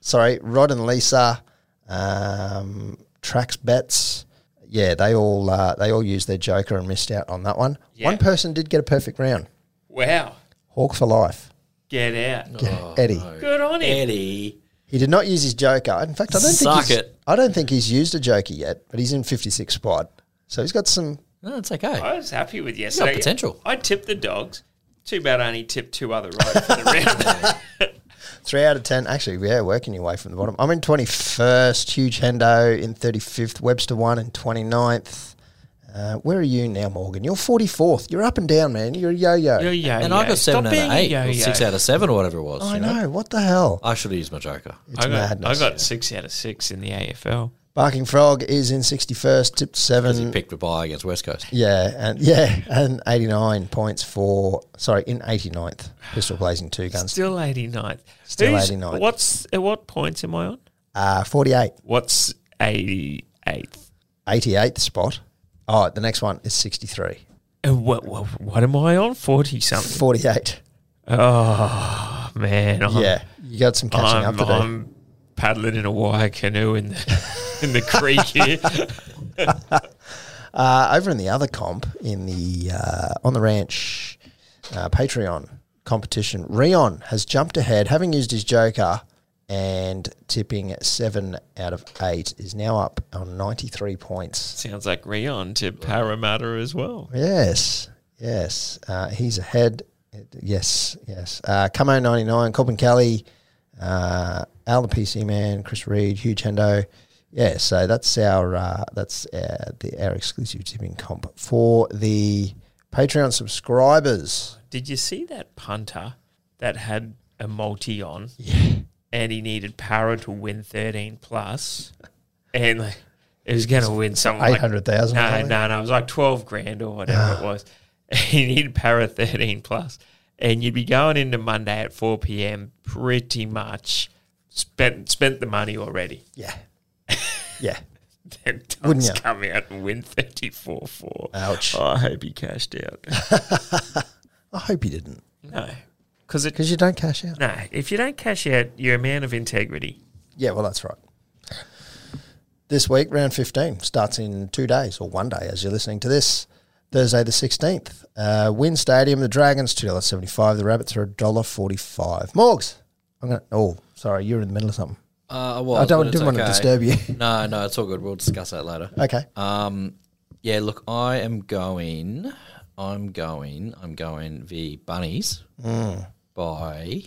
Speaker 1: sorry, Rod and Lisa, um, Trax Bets. Yeah, they all uh, they all used their joker and missed out on that one. One person did get a perfect round.
Speaker 2: wow.
Speaker 1: Hawk for life,
Speaker 2: Get out.
Speaker 1: Eddie.
Speaker 2: Good on him.
Speaker 3: Oh, Eddie.
Speaker 1: He did not use his joker. In fact, I don't
Speaker 3: Suck
Speaker 1: think he's,
Speaker 3: it.
Speaker 1: I don't think he's used a joker yet, but he's in 56 spot. So he's got some
Speaker 3: No, it's okay.
Speaker 2: I was happy with yesterday.
Speaker 3: potential.
Speaker 2: I tipped the dogs. Too bad I only tipped two other riders for the round.
Speaker 1: Three out of ten. Actually, yeah, working your way from the bottom. I'm in 21st, Huge Hendo in 35th, Webster 1 in 29th. Uh, where are you now, Morgan? You're 44th. You're up and down, man. You're a yo-yo.
Speaker 2: Yo, yo,
Speaker 3: And
Speaker 2: yo.
Speaker 3: I got
Speaker 2: Stop
Speaker 3: seven out
Speaker 2: being
Speaker 3: of
Speaker 2: a
Speaker 3: eight,
Speaker 2: yo,
Speaker 3: or
Speaker 2: yo.
Speaker 3: six out of seven, or whatever it was.
Speaker 1: I
Speaker 3: you know?
Speaker 1: know. What the hell?
Speaker 3: I should have used my joker.
Speaker 1: It's
Speaker 2: I got,
Speaker 1: madness.
Speaker 2: I got six out of six in the AFL.
Speaker 1: Barking Frog is in 61st, tipped
Speaker 3: He
Speaker 1: seven.
Speaker 3: picked a buy against West Coast.
Speaker 1: Yeah, and yeah, and 89 points for, sorry, in 89th. Pistol Blazing Two Guns.
Speaker 2: Still 89th.
Speaker 1: Still
Speaker 2: Who's-
Speaker 1: 89th.
Speaker 2: What's at what points am I on?
Speaker 1: Uh, 48,
Speaker 2: What's 88th?
Speaker 1: 88th spot. Oh, the next one is 63.
Speaker 2: And Uh, what, what what am I on? 40 something.
Speaker 1: 48.
Speaker 2: Oh man. I'm,
Speaker 1: Yeah, you got some catching up
Speaker 2: I'm,
Speaker 1: to do.
Speaker 2: I'm paddling in a wire canoe in the in the creek here.
Speaker 1: Uh, over in the other comp in the uh, on the ranch uh, Patreon competition, Rion has jumped ahead, having used his Joker and tipping seven out of eight, is now up on ninety three points.
Speaker 2: Sounds like Rion to Parramatta as well.
Speaker 1: Yes, yes, uh, he's ahead. Yes, yes. Uh, Como ninety nine, Corbin Kelly, uh, Al the PC man, Chris Reed, Hugh Hendo. Yeah, so that's our uh, that's our, the our exclusive tipping comp for the Patreon subscribers.
Speaker 2: Did you see that punter that had a multi on? And he needed Para to win 13 plus, and like, it was going to win something like
Speaker 1: 800,000 or
Speaker 2: No,
Speaker 1: something? Ah.
Speaker 2: no, no. It was like 12 grand or whatever it was. He needed Para 13 plus. and you'd be going into Monday at four p.m. pretty much spent spent the money already.
Speaker 1: Yeah. yeah.
Speaker 2: Then
Speaker 1: Wouldn't
Speaker 2: Don's
Speaker 1: ya?
Speaker 2: come out and win thirty four four. Oh,
Speaker 1: Ouch.
Speaker 2: I hope he cashed out.
Speaker 1: I hope you didn't
Speaker 2: no, because it
Speaker 1: because you don't cash out.
Speaker 2: no. If you don't cash out, you're a man of integrity.
Speaker 1: Yeah, well, that's right. This week, round 15 starts in two days or one day as you're listening to this. Thursday the 16th, uh, Wynn Stadium, the Dragons, $2.75. The Rabbits are $1.45. Morgs, I'm going to, oh, sorry, you're in the middle of something.
Speaker 3: Uh, well,
Speaker 1: I don't
Speaker 3: but
Speaker 1: didn't
Speaker 3: it's
Speaker 1: want to
Speaker 3: okay.
Speaker 1: disturb you.
Speaker 3: No, no, it's all good. We'll discuss that later.
Speaker 1: Okay.
Speaker 3: Um, yeah, look, I am going. I'm going. I'm going the bunnies
Speaker 1: Mm.
Speaker 3: by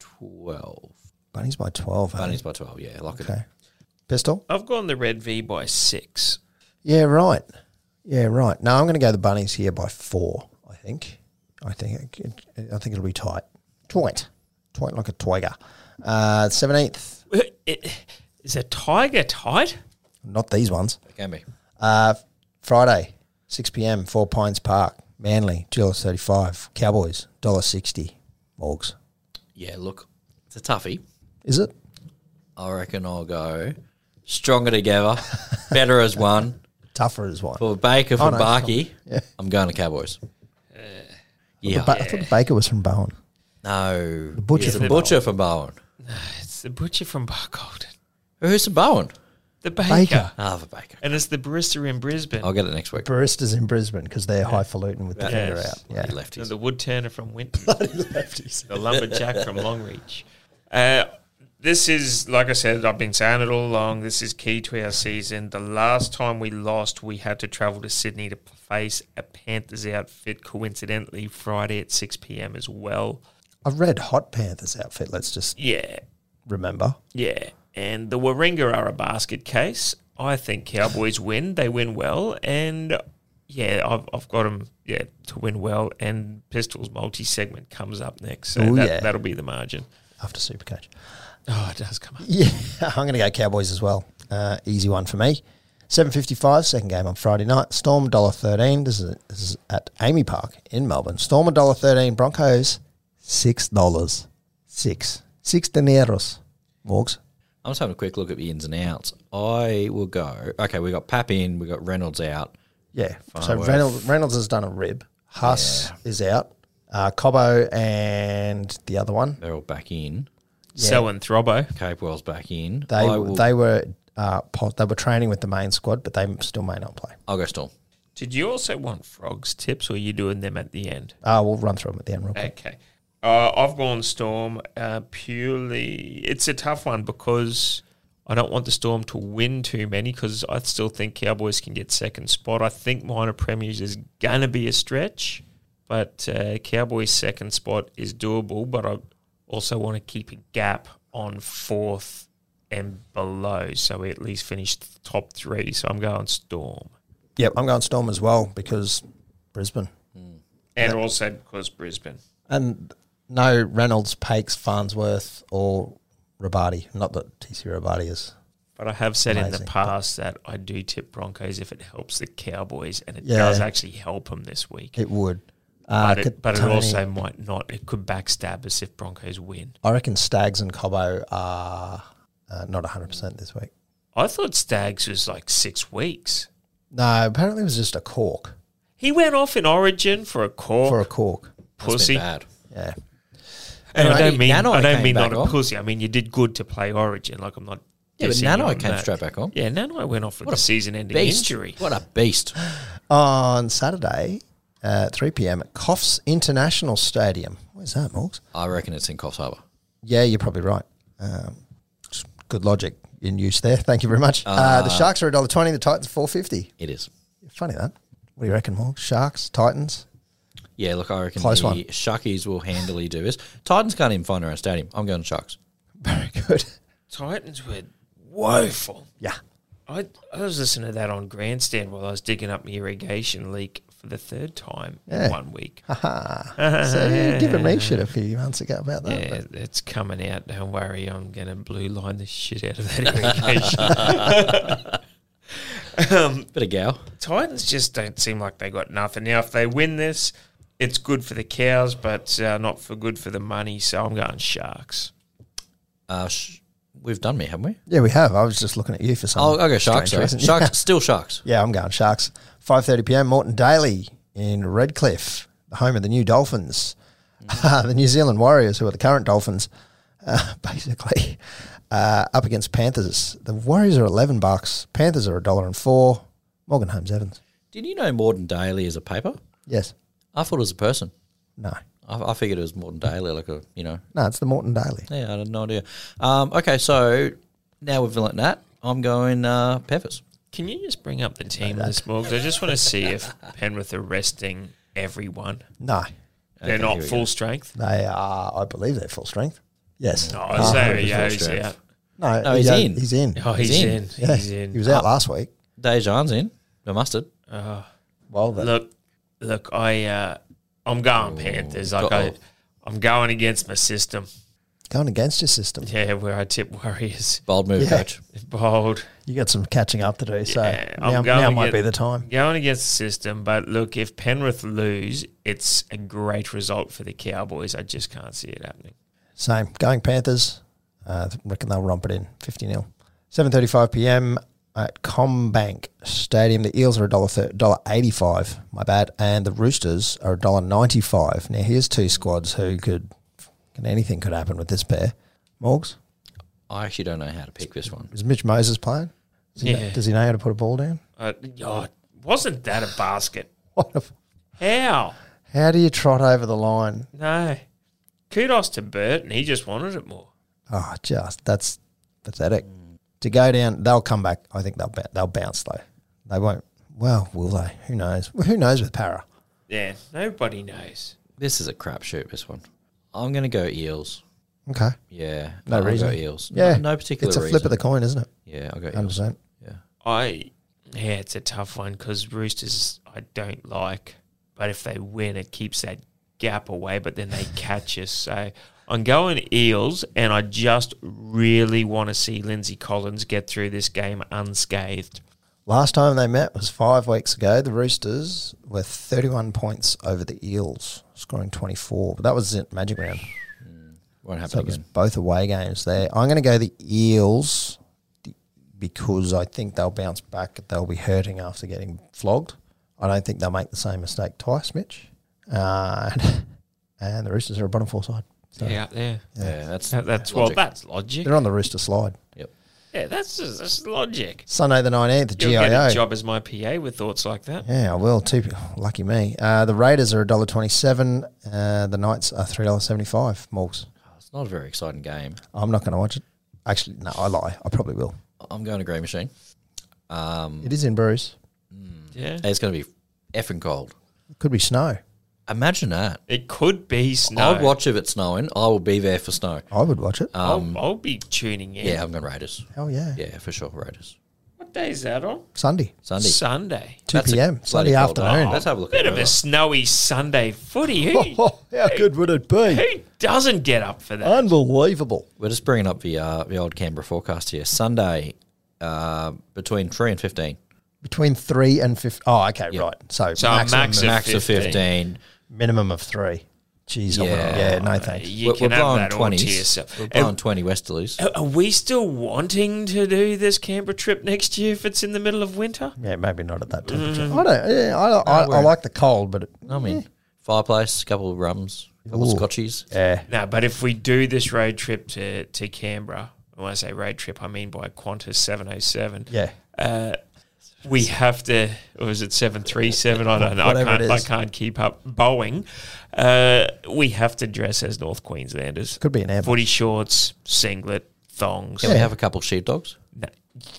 Speaker 3: twelve.
Speaker 1: Bunnies by 12. eh?
Speaker 3: Bunnies by twelve. Yeah, like
Speaker 1: Okay. Pistol?
Speaker 2: I've gone the red V by six.
Speaker 1: Yeah, right. Yeah, right. No, I'm going to go the Bunnies here by four, I think. I think I think it'll be tight. Tight. Tight like a tiger. Uh, 17th,
Speaker 2: Is a tiger tight?
Speaker 1: not these ones.
Speaker 3: a, it can be.
Speaker 1: Uh, Friday, 6 p.m., Four Pines Park, Manly, $2.35. Cowboys, $1.60. Morgs.
Speaker 3: Yeah, look, it's a toughie.
Speaker 1: Is it?
Speaker 3: I reckon I'll go stronger together, better as one.
Speaker 1: Tougher as one.
Speaker 3: For Baker for
Speaker 1: Oh, no, it's
Speaker 3: Barkey,
Speaker 1: Yeah.
Speaker 3: I'm going to Cowboys. yeah,
Speaker 1: But I thought the Baker was from Bowen.
Speaker 3: no, the
Speaker 1: butcher
Speaker 3: the
Speaker 1: from
Speaker 3: butcher from Bowen.
Speaker 2: It's the butcher from Barcaldine.
Speaker 3: Who's from Bowen?
Speaker 2: The baker.
Speaker 1: Baker.
Speaker 3: Ah, for Baker. Oh,
Speaker 2: And it's the barista in Brisbane.
Speaker 3: I'll get it next week.
Speaker 1: Baristas in Brisbane because they're highfalutin with the
Speaker 2: Yeah.
Speaker 1: finger
Speaker 2: Yes.
Speaker 1: out. Yeah.
Speaker 3: Bloody
Speaker 2: No,
Speaker 3: lefties.
Speaker 2: the wood turner from Winton. the lumberjack from Longreach. Uh, this is, like I said, I've been saying it all along. This is key to our season. The last time we lost, we had to travel to Sydney to face a Panthers outfit, coincidentally, Friday at 6 p.m. as well.
Speaker 1: I've read Hot Panthers outfit, let's just
Speaker 2: Yeah,
Speaker 1: remember.
Speaker 2: Yeah, and the Warringah are a basket case. I think Cowboys win. They win well, and yeah, I've, I've got them yeah to win well. And Pistols multi segment comes up next, so
Speaker 1: Ooh,
Speaker 2: that,
Speaker 1: yeah.
Speaker 2: that'll be the margin.
Speaker 1: after Supercoach.
Speaker 2: Oh, it does come up.
Speaker 1: Yeah, I'm going to go Cowboys as well. Uh, easy one for me. 7.55, second game on Friday night. Storm $1.13. This is, this is at Amy Park in Melbourne. Storm $1.13. Broncos, $6. Six. Six dineros. Morgs.
Speaker 3: I'm just having a quick look at the ins and outs. I will go. Okay, we got Pap in, we got Reynolds out.
Speaker 1: Yeah. so
Speaker 3: worth.
Speaker 1: Reynolds, Reynolds has done a rib. Huss is out. Uh, Cobbo and the other one.
Speaker 3: They're all back in.
Speaker 2: So and Throbbo.
Speaker 3: Capewell's back in.
Speaker 1: They
Speaker 3: I will,
Speaker 1: they were uh, po- they were training with the main squad, but they still may not play.
Speaker 3: I'll go Storm.
Speaker 2: Did you also want frogs tips, or are you doing them at the end?
Speaker 1: Uh, we'll run through them at the end real quick.
Speaker 2: Okay. Uh, I've gone Storm uh, purely. It's a tough one because I don't want the Storm to win too many because I still think Cowboys can get second spot. I think minor premiers is going to be a stretch, but uh, Cowboys' second spot is doable. But I also want to keep a gap on fourth and below. So we at least finish th- top three. So I'm going Storm.
Speaker 1: Yep, I'm going Storm as well because Brisbane.
Speaker 2: And also because Brisbane.
Speaker 1: And no Reynolds, Pakes, Farnsworth, or Rabati. Not that TC Rabati is.
Speaker 2: But I have said in
Speaker 1: Amazing.
Speaker 2: the past that I do tip Broncos if it helps the Cowboys, and it
Speaker 1: Yeah.
Speaker 2: does actually help them this week.
Speaker 1: It would. Uh,
Speaker 2: But, it, but it
Speaker 1: Katoni-
Speaker 2: also might not. It could backstab us if Broncos win.
Speaker 1: I reckon Stags and Cobbo are uh, not 100% this week.
Speaker 2: I thought Stags was like six weeks.
Speaker 1: No, apparently it was just a cork.
Speaker 2: He went off in Origin for a cork
Speaker 1: For a cork.
Speaker 3: It's been
Speaker 2: pussy.
Speaker 3: bad.
Speaker 1: Yeah.
Speaker 2: And I
Speaker 3: Anyway,
Speaker 2: don't mean
Speaker 3: Nanai
Speaker 2: I don't
Speaker 3: came
Speaker 2: mean not
Speaker 3: back
Speaker 2: a
Speaker 3: on.
Speaker 2: pussy. I mean you did good to play Origin. Like I'm not.
Speaker 3: Yeah, but
Speaker 2: dissing you
Speaker 3: Nanai
Speaker 2: on
Speaker 3: came
Speaker 2: that.
Speaker 3: straight back on.
Speaker 2: Yeah, Nanai went off with
Speaker 3: What
Speaker 2: a
Speaker 3: a
Speaker 2: season-ending
Speaker 3: Beast.
Speaker 2: injury.
Speaker 3: What a beast.
Speaker 1: On Saturday at 3 p.m. at Coffs International Stadium. Where's that, Morgs?
Speaker 3: I reckon it's in Coffs Harbour.
Speaker 1: Yeah, you're probably right. Um, just good logic in use there. Thank you very much. Uh, the Sharks are $1.20, the Titans four fifty.
Speaker 3: It is.
Speaker 1: Funny that. What do you reckon, Morg? Sharks, Titans?
Speaker 3: Yeah, look, I reckon
Speaker 1: Close
Speaker 3: the
Speaker 1: one.
Speaker 3: Sharkies will handily do this. Titans can't even find their own stadium. I'm going Sharks.
Speaker 1: Very good.
Speaker 2: Titans were woeful.
Speaker 1: Yeah.
Speaker 2: I, I was listening to that on grandstand while I was digging up my irrigation leak for the third time
Speaker 1: Yeah.
Speaker 2: in one week.
Speaker 1: So you've given me shit a few months ago about that.
Speaker 2: Yeah, it's coming out. Don't worry, I'm going to blue line the shit out of that irrigation. um,
Speaker 3: Bit of gal.
Speaker 2: Titans just don't seem like they got nothing. Now, if they win this, it's good for the cows, but uh, not for good for the money. So I'm going sharks.
Speaker 3: Uh, sh- we've done me, haven't we?
Speaker 1: Yeah, we have. I was just looking at you for some.
Speaker 3: Oh, okay, sharks.
Speaker 1: strange reason.
Speaker 3: Sorry. Sharks, still sharks.
Speaker 1: Yeah, I'm going Sharks. 5:30 p.m. Morton Daly in Redcliffe, the home of the new Dolphins, the New Zealand Warriors, who are the current Dolphins, uh, basically uh, up against Panthers. The Warriors are 11 bucks. Panthers are a dollar and four. Morgan Holmes Evans.
Speaker 3: Did you know Morden Daily is a paper?
Speaker 1: Yes.
Speaker 3: I thought it was a person.
Speaker 1: No.
Speaker 3: I, I figured it was Morden Daily, like a you know.
Speaker 1: No, it's the Morton Daly.
Speaker 3: Yeah, I had no idea. Um, okay, so now we've learnt that. I'm going uh, Peppers.
Speaker 2: Can you just bring up the team list, Morgs? I just want to see if Penrith are resting everyone.
Speaker 1: No.
Speaker 2: They're not
Speaker 3: here we
Speaker 2: full strength.
Speaker 1: They are. I believe they're full strength. Yes.
Speaker 2: Oh, so yeah,
Speaker 3: Ah, full
Speaker 2: he's
Speaker 3: strength.
Speaker 2: out.
Speaker 1: No.
Speaker 3: No, he's
Speaker 1: out-
Speaker 3: in.
Speaker 1: He's in. Oh.
Speaker 2: Oh, he's,
Speaker 3: He's in.
Speaker 2: in.
Speaker 1: Yeah,
Speaker 2: He's in.
Speaker 1: He was out last week.
Speaker 3: Dejan's in the mustard.
Speaker 1: Well, the,
Speaker 2: Look, look, I, uh, I'm going Panthers. Like I,
Speaker 3: Uh-oh.
Speaker 2: I'm going against my system.
Speaker 1: going against your system.
Speaker 2: Yeah, where I tip Warriors.
Speaker 3: Bold move,
Speaker 1: Yeah.
Speaker 3: coach.
Speaker 2: Bold.
Speaker 1: You got some catching up to do. So
Speaker 2: Yeah, I'm
Speaker 1: now,
Speaker 2: going
Speaker 1: now might
Speaker 2: against-
Speaker 1: be the time.
Speaker 2: Going against the system, but look, if Penrith lose, it's a great result for the Cowboys. I just can't see it happening.
Speaker 1: Same. Going Panthers. Uh, I reckon they'll romp it in 50 0. 7.35 p.m. at Combank Stadium. The Eels are $1.85, my bad, and the Roosters are $1.95. Now, here's two squads who could, can anything could happen with this pair. Morgs,
Speaker 3: I actually don't know how to pick this one.
Speaker 1: is Mitch Moses playing? Does he, know,
Speaker 2: Yeah.
Speaker 1: does he know how to put a ball down?
Speaker 2: Uh, oh, wasn't that a basket?
Speaker 1: What a,
Speaker 2: How?
Speaker 1: how do you trot over the line?
Speaker 2: No. Kudos to Burton. He just wanted it more.
Speaker 1: Oh, just that's pathetic. To go down, they'll come back. I think they'll ba- they'll bounce though. They won't. Well, will they? Who knows? Well, who knows with para?
Speaker 2: Yeah, nobody knows.
Speaker 3: This is a crapshoot. This one. I'm going to go eels.
Speaker 1: Okay.
Speaker 3: Yeah,
Speaker 1: No
Speaker 3: I'll
Speaker 1: reason.
Speaker 3: Go eels.
Speaker 1: Yeah.
Speaker 3: no, no particular.
Speaker 1: It's a flip
Speaker 3: reason.
Speaker 1: of the coin, isn't it?
Speaker 3: Yeah, I will go
Speaker 1: Hundred
Speaker 3: eels.
Speaker 1: percent.
Speaker 3: Yeah,
Speaker 2: I yeah, it's a tough one because Roosters I don't like, but if they win, it keeps that gap away. But then they catch us, so I'm going Eels, and I just really want to see Lindsay Collins get through this game unscathed.
Speaker 1: Last time they met was five weeks ago. The Roosters were 31 points over the Eels, scoring 24. But that was it, Magic Round.
Speaker 3: won't happen
Speaker 1: So it was
Speaker 3: again.
Speaker 1: both away games there. I'm going to go the Eels because I think they'll bounce back. They'll be hurting after getting flogged. I don't think they'll make the same mistake twice, Mitch. Uh, and the Roosters are a bottom four side. So
Speaker 2: Yeah, out there.
Speaker 3: Yeah, that's
Speaker 2: That- that's well,
Speaker 3: logic.
Speaker 2: that's logic.
Speaker 1: They're on the Rooster slide.
Speaker 3: Yep.
Speaker 2: Yeah, that's just, that's logic.
Speaker 1: Sunday the 19th, the
Speaker 2: You'll get a
Speaker 1: GIO.
Speaker 2: job as my PA with thoughts like that.
Speaker 1: Yeah, I will. Two, pe- lucky me. Uh, the Raiders are $1.27. Uh, the Knights are $3.75. Morgs.
Speaker 3: It's not a very exciting game.
Speaker 1: I'm not going to watch it. Actually, no, I lie. I probably will.
Speaker 3: I'm going to Grey Machine.
Speaker 1: It is in Bruce.
Speaker 2: Yeah.
Speaker 3: It's going to be effing cold.
Speaker 1: Could be snow.
Speaker 3: Imagine that.
Speaker 2: It could be snow.
Speaker 3: I'll watch if it's snowing. I will be there for snow. Um,
Speaker 1: I would watch it.
Speaker 2: I'll, I'll be tuning in.
Speaker 3: Yeah, I'm going Raiders.
Speaker 1: Hell yeah.
Speaker 3: Uh, Yeah, for sure, Raiders.
Speaker 2: What day is that on?
Speaker 1: Sunday,
Speaker 3: Sunday.
Speaker 2: Sunday.
Speaker 1: 2
Speaker 3: That's a
Speaker 1: p.m.
Speaker 3: bloody
Speaker 1: Sunday
Speaker 3: cold night.
Speaker 1: afternoon.
Speaker 3: Let's have a look.
Speaker 2: Bit
Speaker 3: at
Speaker 2: of a
Speaker 3: it.
Speaker 2: snowy Sunday footy. Who,
Speaker 1: Oh, how good would it be?
Speaker 2: who doesn't get up for that?
Speaker 1: Unbelievable.
Speaker 3: We're just bringing up the uh, the old Canberra forecast here. Sunday, uh, between three and fifteen.
Speaker 1: Between three and fifty. Oh, okay, right. So,
Speaker 2: So
Speaker 1: maximum,
Speaker 2: max-
Speaker 1: of-
Speaker 3: Max of
Speaker 2: 15.
Speaker 3: fifteen.
Speaker 1: minimum of three. Jeez, I
Speaker 3: Yeah.
Speaker 1: wouldn't- yeah, no thanks.
Speaker 2: you
Speaker 3: We're,
Speaker 2: can
Speaker 3: we're
Speaker 2: have
Speaker 3: blowing
Speaker 2: that all to
Speaker 3: twenties.
Speaker 2: yourself.
Speaker 3: We're
Speaker 2: And
Speaker 3: blowing twenty westerlies.
Speaker 1: Uh,
Speaker 2: are we still wanting to do this Canberra trip next year if it's in the middle of winter?
Speaker 1: Yeah, maybe not at that
Speaker 3: Mm.
Speaker 1: temperature. I don't. Yeah, I, I, I
Speaker 3: we're-
Speaker 1: like the cold, but it,
Speaker 3: I mean, fireplace, couple of rums, couple
Speaker 1: Ooh.
Speaker 3: of scotchies.
Speaker 1: yeah,
Speaker 2: No, but if we do this road trip to, to Canberra, and when I say road trip, I mean by Qantas 707.
Speaker 1: yeah.
Speaker 2: we have to, or is it 737? I don't know. I
Speaker 1: Whatever it
Speaker 2: can't, I
Speaker 1: is.
Speaker 2: can't keep up. Boeing, uh, we have to dress as North Queenslanders.
Speaker 1: Could be an amber.
Speaker 2: Footy shorts, singlet, thongs.
Speaker 3: Can we have a couple of sheepdogs?
Speaker 2: No,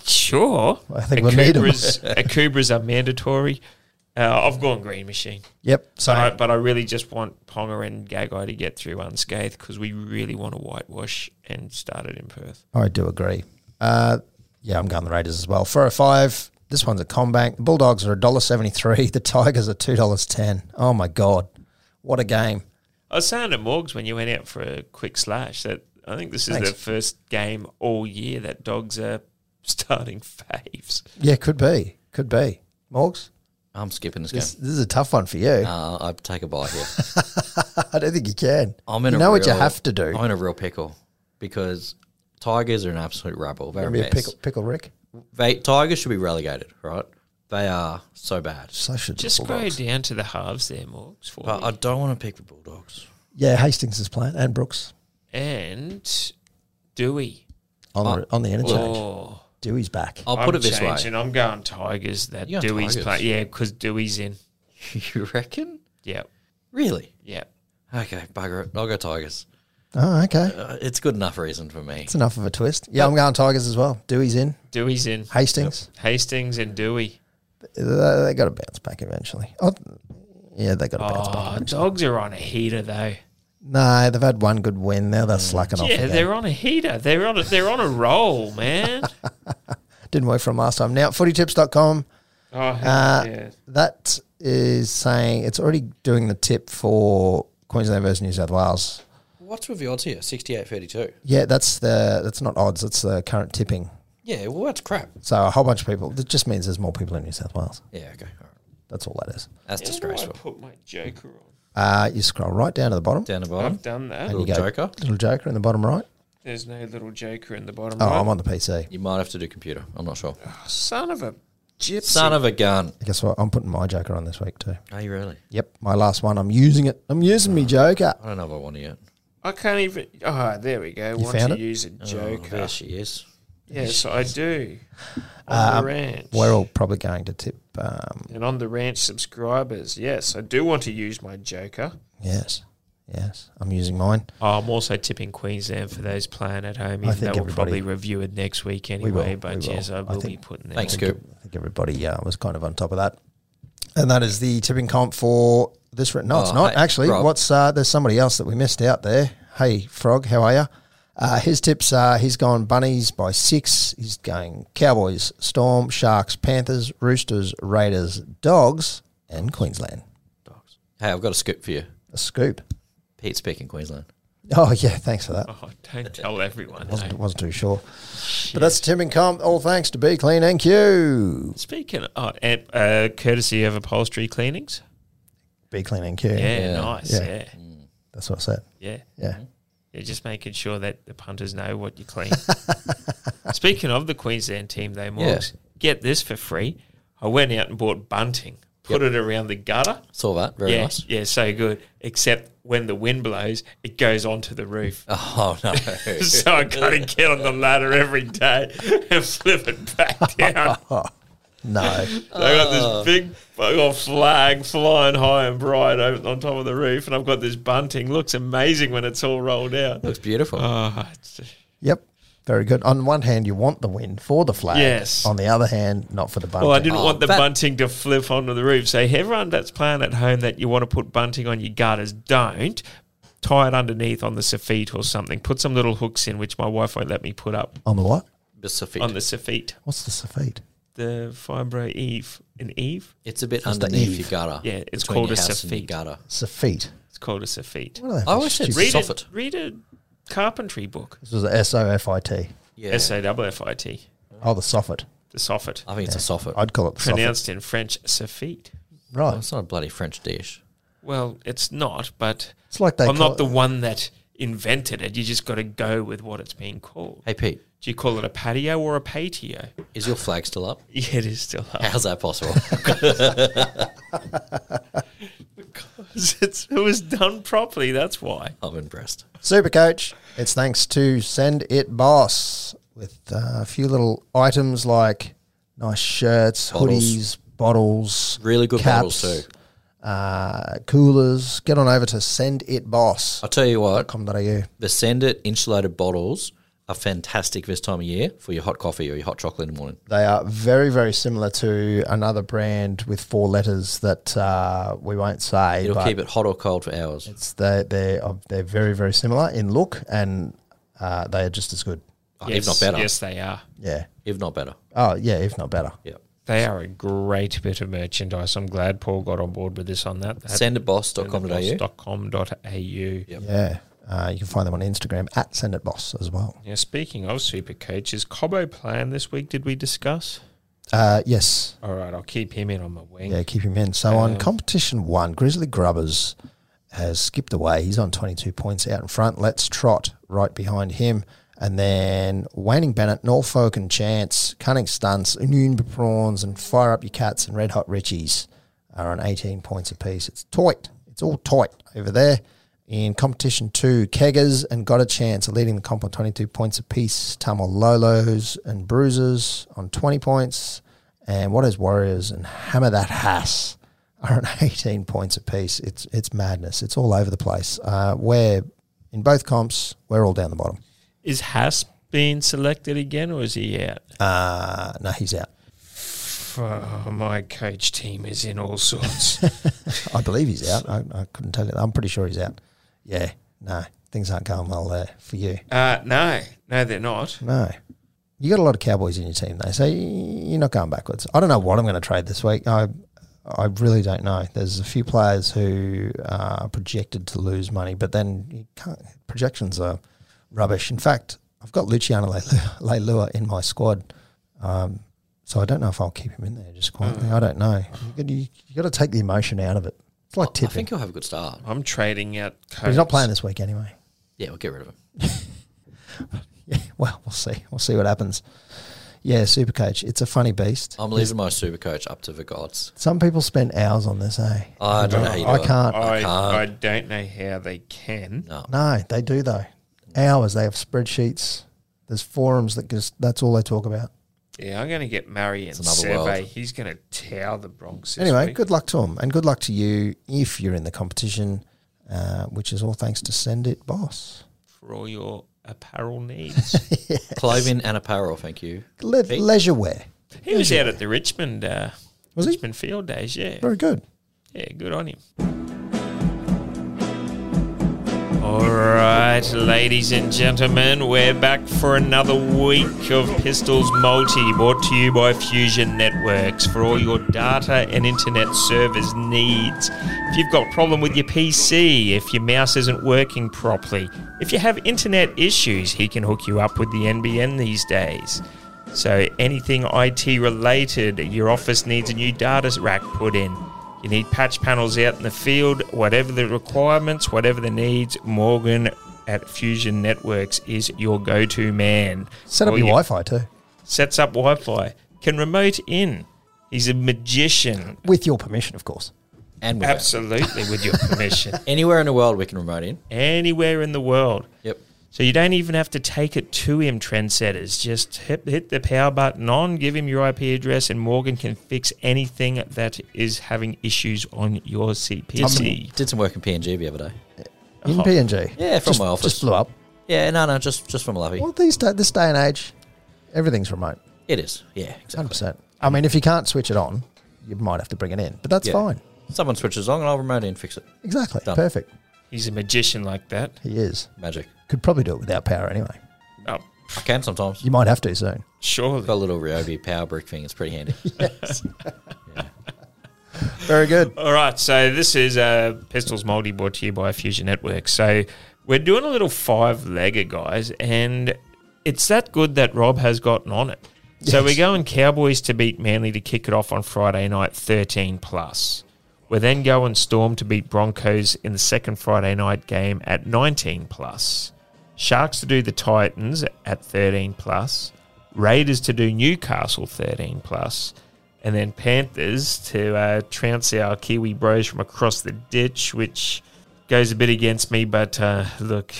Speaker 2: sure.
Speaker 1: I think
Speaker 2: a
Speaker 1: we'll need 'em.
Speaker 2: Cobras- a Cobras are mandatory. Uh, I've gone green machine.
Speaker 1: Yep. So
Speaker 2: But I, but I really just want Ponga and Gagai to get through unscathed because we really want to whitewash and start it in Perth.
Speaker 1: I do agree. Uh, yeah, I'm going the Raiders as well. Four or five. This one's a Combank. The Bulldogs are $1.73. The Tigers are $2.10. Oh, my God. What a game.
Speaker 2: I was saying at Morgs when you went out for a quick slash that I think this is
Speaker 1: Thanks.
Speaker 2: the first game all year that dogs are starting faves.
Speaker 1: Yeah, could be. Could be. Morgs?
Speaker 3: I'm skipping this,
Speaker 1: This,
Speaker 3: game.
Speaker 1: this is a tough one for you.
Speaker 3: Uh, I take a bite here.
Speaker 1: I don't think you can.
Speaker 3: I'm in
Speaker 1: you
Speaker 3: a
Speaker 1: know what you
Speaker 3: real-
Speaker 1: have to do.
Speaker 3: I'm in a real pickle because Tigers are an absolute rabble. They're a
Speaker 1: Be a
Speaker 3: mess.
Speaker 1: pickle, pickle Rick.
Speaker 3: They, Tigers should be relegated, right? They are so bad.
Speaker 1: So should the
Speaker 2: Just go
Speaker 1: Bulldogs.
Speaker 2: down to the halves there, Morgs, for
Speaker 3: But
Speaker 2: me.
Speaker 3: I don't want to pick the Bulldogs.
Speaker 1: Yeah, Hastings is playing and Brooks
Speaker 2: and Dewey.
Speaker 1: on the on the interchange.
Speaker 2: Oh,
Speaker 1: Dewey's back.
Speaker 3: I'll put it this way.
Speaker 2: And I'm going Tigers. That
Speaker 3: You're going
Speaker 2: Dewey's
Speaker 3: Tigers.
Speaker 2: play. Yeah, because Dewey's in.
Speaker 3: You reckon?
Speaker 2: Yep.
Speaker 3: Really?
Speaker 2: Yep.
Speaker 3: Okay, bugger it. I'll go Tigers.
Speaker 1: Oh, okay.
Speaker 3: Uh, it's good enough reason for me.
Speaker 1: That's enough of a twist. Yeah, I'm going Tigers as well. Dewey's in.
Speaker 2: Dewey's in.
Speaker 1: Hastings.
Speaker 2: Hastings and Dewey.
Speaker 1: They, got to bounce back eventually. Oh, yeah, they got to bounce back.
Speaker 2: Oh, dogs are on a heater though.
Speaker 1: No, they've had one good win. Now
Speaker 3: Mm.
Speaker 1: they're slacking off
Speaker 2: Yeah,
Speaker 1: again.
Speaker 2: they're on a heater. They're on a they're on a roll, man.
Speaker 1: Didn't work from last time. Now, footytips.com.
Speaker 2: Oh
Speaker 1: Uh,
Speaker 2: yeah.
Speaker 1: That is saying it's already doing the tip for Queensland versus New South Wales.
Speaker 3: What's with the odds here? 68 32.
Speaker 1: Yeah, that's the that's not odds. That's the current tipping.
Speaker 3: Yeah, well, that's crap.
Speaker 1: So a whole bunch of people. It just means there's more people in New South Wales.
Speaker 3: Yeah, okay. All right.
Speaker 1: That's all that is.
Speaker 3: That's disgraceful.
Speaker 2: I put my joker on.
Speaker 1: Uh, you scroll right down to the bottom.
Speaker 3: Down the bottom.
Speaker 2: I've done
Speaker 1: and
Speaker 2: that.
Speaker 1: you
Speaker 3: Little joker.
Speaker 1: Little joker in the bottom right.
Speaker 2: There's no little joker in the bottom
Speaker 1: Oh,
Speaker 2: right.
Speaker 1: I'm on the PC.
Speaker 3: You might have to do computer. I'm not sure.
Speaker 2: Son of a gypsy.
Speaker 3: Son of a gun.
Speaker 1: Guess what? I'm putting my joker on this week too.
Speaker 3: Are you really?
Speaker 1: Yep, my last one. I'm using it. I'm using me joker.
Speaker 3: I don't know if I want it yet.
Speaker 2: I can't even. Oh, there we go. Want
Speaker 1: found
Speaker 2: to
Speaker 1: it?
Speaker 2: use a
Speaker 3: Oh,
Speaker 2: joker?
Speaker 3: there she is. Uh, um,
Speaker 2: yes, I do. On the ranch.
Speaker 1: We're all probably going to tip. Um,
Speaker 2: and on the ranch subscribers, yes, I do want to use my joker.
Speaker 1: yes, yes. I'm using mine.
Speaker 2: Oh, I'm also tipping Queensland for those playing at home.
Speaker 1: I
Speaker 2: Even
Speaker 1: think
Speaker 2: though we'll
Speaker 1: everybody-
Speaker 2: probably review it next week anyway.
Speaker 1: will,
Speaker 2: But
Speaker 1: we will.
Speaker 2: yes, I
Speaker 1: I
Speaker 2: will be
Speaker 1: think-
Speaker 2: putting that.
Speaker 3: Thanks, Coop.
Speaker 1: I think everybody uh, was kind of on top of that. And that is the tipping comp for this written. No, it's
Speaker 3: Oh,
Speaker 1: not
Speaker 3: hey,
Speaker 1: actually.
Speaker 3: Rob.
Speaker 1: What's uh, there's somebody else that we missed out there. Hey, Frog, how are you? Uh, his tips are he's gone bunnies by six. He's going Cowboys, Storm, Sharks, Panthers, Roosters, Raiders, Dogs, and Queensland.
Speaker 3: Dogs. Hey, I've got a scoop for you.
Speaker 1: A scoop.
Speaker 3: Pete speaking Queensland.
Speaker 1: Oh yeah, thanks for that.
Speaker 2: Oh, don't tell everyone. eh?
Speaker 1: Wasn't, wasn't too sure. But that's Tim and Comp. All thanks to Be Clean and Q.
Speaker 2: Speaking of, and, uh, courtesy of upholstery cleanings.
Speaker 1: Be Clean and Q.
Speaker 2: Yeah,
Speaker 3: Yeah. Mm-hmm.
Speaker 2: nice.
Speaker 1: Yeah. Mm.
Speaker 2: Yeah.
Speaker 1: That's what I said.
Speaker 2: Yeah.
Speaker 1: Yeah.
Speaker 2: Yeah, just making sure that the punters know what you clean. Speaking of the Queensland team, though, Morgs, get this for free. I went out and bought bunting, put it around the gutter.
Speaker 3: Saw that. Very
Speaker 2: yeah,
Speaker 3: nice.
Speaker 2: yeah, so good. Except when the wind blows, it goes onto the roof.
Speaker 3: Oh, no.
Speaker 2: so I got to get on the ladder every day and flip it back down.
Speaker 1: No.
Speaker 2: So I
Speaker 3: Oh.
Speaker 2: got this big fucking flag flying high and bright over, on top of the roof, and I've got this bunting. Looks amazing when it's all rolled out.
Speaker 3: Looks beautiful.
Speaker 2: Oh, it's-
Speaker 1: yep. Very good. On one hand, you want the win for the flag.
Speaker 2: Yes.
Speaker 1: On the other hand, not for the bunting.
Speaker 2: Well, oh, I didn't want the
Speaker 3: Oh, that-
Speaker 2: bunting to flip onto the roof. So everyone that's playing at home that you want to put bunting on your gutters, don't tie it underneath on the soffit or something. Put some little hooks in, which my wife won't let me put up
Speaker 1: On the what?
Speaker 3: Pacific.
Speaker 2: on the soffit.
Speaker 1: What's the soffit?
Speaker 2: The fibro Eve, an Eve.
Speaker 3: It's a bit
Speaker 1: Just the
Speaker 3: underneath
Speaker 1: eave.
Speaker 3: your gutter.
Speaker 2: Yeah, it's
Speaker 3: between
Speaker 2: called
Speaker 3: your
Speaker 2: a
Speaker 3: house and your
Speaker 2: soffit.
Speaker 3: gutter.
Speaker 1: Soffit.
Speaker 2: It's called a soffit.
Speaker 1: What are they?
Speaker 3: I always said
Speaker 1: Stupid-
Speaker 2: Read
Speaker 3: soffit.
Speaker 2: it. Read a carpentry book.
Speaker 1: This was a S-O-F-I-T.
Speaker 3: Yeah, Ah,
Speaker 2: S a w f i t.
Speaker 1: Oh, the soffit.
Speaker 2: The soffit.
Speaker 3: I think it's a soffit.
Speaker 1: I'd call it the soffit.
Speaker 2: Pronounced in French, soffit.
Speaker 3: Oh,
Speaker 1: Right.
Speaker 3: it's not a bloody French dish.
Speaker 2: Well, it's not, but
Speaker 1: It's like they
Speaker 2: I'm
Speaker 1: call
Speaker 2: not the one that invented it. You just got to go with what it's being called.
Speaker 3: Hey Pete,
Speaker 2: Do you call it a patio or a patio?
Speaker 3: is your flag still up?
Speaker 2: Yeah, it is still up.
Speaker 3: How's that possible?
Speaker 2: it's, it was done properly, that's why.
Speaker 3: I'm impressed.
Speaker 1: Super Coach. It's thanks to Send It Boss with uh, a few little items like nice shirts,
Speaker 3: Bottles.
Speaker 1: hoodies, bottles,
Speaker 3: Really good
Speaker 1: caps,
Speaker 3: bottles too.
Speaker 1: Uh, coolers. Get on over to Send It Boss.
Speaker 3: I'll tell you what,
Speaker 1: Com.au.
Speaker 3: the send it insulated bottles are fantastic this time of year for your hot coffee or your hot chocolate in the morning.
Speaker 1: They are very, very similar to another brand with four letters that uh, we won't say.
Speaker 3: It'll
Speaker 1: but
Speaker 3: keep it hot or cold for hours.
Speaker 1: It's they, they're, uh, they're very, very similar in look and uh, they are just as good.
Speaker 3: Oh, if Ah, not better.
Speaker 2: Yes, they are.
Speaker 1: Yeah.
Speaker 3: If not better.
Speaker 1: Oh, yeah, if not better.
Speaker 3: Yeah.
Speaker 2: They are a great bit of merchandise. I'm glad Paul got on board with this on that. At
Speaker 3: Senditboss.com.au.
Speaker 2: boss.com.au. Yeah.
Speaker 1: Yeah. Uh, you can find them on Instagram at Send It Boss as well.
Speaker 2: Speaking of super coaches, Cobo plan this week, did we discuss?
Speaker 1: Uh, yes.
Speaker 2: All right, I'll keep him in on my wing.
Speaker 1: Yeah, keep him in. So on competition one, Grizzly Grubbers has skipped away. He's on 22 points out in front. Let's Trot right behind him. And then Waning Bennett, Norfolk and Chance, Cunning Stunts, Noon Prawns, and Fire Up Your Cats and Red Hot Richies are on 18 points apiece. It's tight. It's all tight over there. In competition two, Keggers and Got a Chance are leading the comp on 22 points apiece. Tamal Lolos and Bruisers on 20 points. And what is Warriors and Hammer That Hass are on 18 points apiece. It's it's madness. It's all over the place. Uh, we're in both comps. We're all down the bottom.
Speaker 2: Is Haas being selected again, or is he out?
Speaker 1: Uh, no, he's out.
Speaker 2: Oh, my coach team is in all sorts.
Speaker 1: I believe he's out. I, I couldn't tell you. I'm pretty sure he's out. Yeah, no, things aren't going well there for you.
Speaker 2: uh, no, no, they're not.
Speaker 1: No. You got a lot of Cowboys in your team, though, so y- you're not going backwards. I don't know what I'm going to trade this week. I, I really don't know. There's a few players who are projected to lose money, but then you can't, projections are rubbish. In fact, I've got Luciano Leilua- Leilua in my squad, um, so I don't know if I'll keep him in there just
Speaker 3: Mm.
Speaker 1: quietly. I don't know. You got you, you got to take the emotion out of it. It's like
Speaker 3: I
Speaker 1: tipping.
Speaker 3: think he'll have a good start.
Speaker 2: I'm trading out coach.
Speaker 1: but he's not playing this week anyway.
Speaker 3: Yeah, we'll get rid of him.
Speaker 1: Yeah, well, we'll see. We'll see what happens. Yeah, Supercoach. It's a funny beast.
Speaker 3: I'm leaving my super coach up to the gods.
Speaker 1: Some people spend hours on this, eh?
Speaker 3: I don't know. how you do
Speaker 1: I
Speaker 3: it.
Speaker 1: can't.
Speaker 2: I,
Speaker 3: can't.
Speaker 2: I don't know how they can.
Speaker 1: No, they do though. Hours. They have spreadsheets. There's forums that just that's all they talk about.
Speaker 2: Yeah, I'm going to get Murray and
Speaker 3: another
Speaker 2: Survey.
Speaker 3: world.
Speaker 2: He's going to tower the Bronx. This
Speaker 1: Anyway,
Speaker 2: week.
Speaker 1: good luck to them, and good luck to you if you're in the competition, uh, which is all thanks to Send It Boss.
Speaker 2: for all your apparel needs.
Speaker 3: Clothing and apparel, thank you.
Speaker 1: Le- leisure wear.
Speaker 2: he was out at the Richmond uh,
Speaker 1: Was he?
Speaker 2: Richmond Field Days. Yeah,
Speaker 1: Very good.
Speaker 2: yeah, good on him. All right, ladies and gentlemen, we're back for another week of Pistols Multi, brought to you by Fusion Networks for all your data and internet service needs. If you've got a problem with your PC, if your mouse isn't working properly, if you have internet issues, he can hook you up with the NBN these days. So anything IT related, your office needs a new data rack put in. You need patch panels out in the field, whatever the requirements, whatever the needs, Morgan at Fusion Networks is your go to man.
Speaker 1: Set up
Speaker 2: All
Speaker 1: your
Speaker 2: you-
Speaker 1: Wi-Fi too
Speaker 2: Sets up Wi Fi, can remote in. He's a magician.
Speaker 1: with your permission, of course.
Speaker 3: And with it.
Speaker 2: Absolutely, with your permission.
Speaker 3: anywhere in the world we can remote in.
Speaker 2: Anywhere in the world.
Speaker 3: Yep.
Speaker 2: So you don't even have to take it to him, trendsetters. Just hit, hit the power button on, give him your IP address, and Morgan can fix anything that is having issues on your
Speaker 3: Did some,
Speaker 2: CPC.
Speaker 3: did some work in PNG the other day.
Speaker 1: In PNG.
Speaker 3: Yeah, from
Speaker 1: just,
Speaker 3: my office.
Speaker 1: Just blew up.
Speaker 3: Yeah, no, no, just just from Malawi.
Speaker 1: Well, these da- this day and age, everything's remote.
Speaker 3: It is. Yeah,
Speaker 1: Hundred
Speaker 3: exactly.
Speaker 1: percent. I mean, if you can't switch it on, you might have to bring it in, but that's
Speaker 3: Yeah.
Speaker 1: fine.
Speaker 3: Someone switches on and I'll remote in, fix it.
Speaker 1: Exactly.
Speaker 3: Done.
Speaker 1: Perfect.
Speaker 2: He's a magician like that.
Speaker 1: He is.
Speaker 3: Magic.
Speaker 1: Could probably do it without power anyway.
Speaker 2: Oh,
Speaker 3: I can sometimes.
Speaker 1: You might have to soon.
Speaker 2: surely.
Speaker 3: Got a little Ryobi power brick thing. It's pretty handy.
Speaker 1: Very good.
Speaker 2: All right, so this is uh, Pistols Moldy brought to you by Fusion Network. So we're doing a little five legger, guys, and it's that good that Rob has gotten on it. So
Speaker 1: Yes.
Speaker 2: we're going Cowboys to beat Manly to kick it off on Friday night, 13 plus. We're then going Storm to beat Broncos in the second Friday night game at 19 plus. Sharks to do the Titans at 13 plus. Raiders to do Newcastle 13 plus, and then Panthers to uh, trounce our Kiwi bros from across the ditch, which goes a bit against me. But uh, look,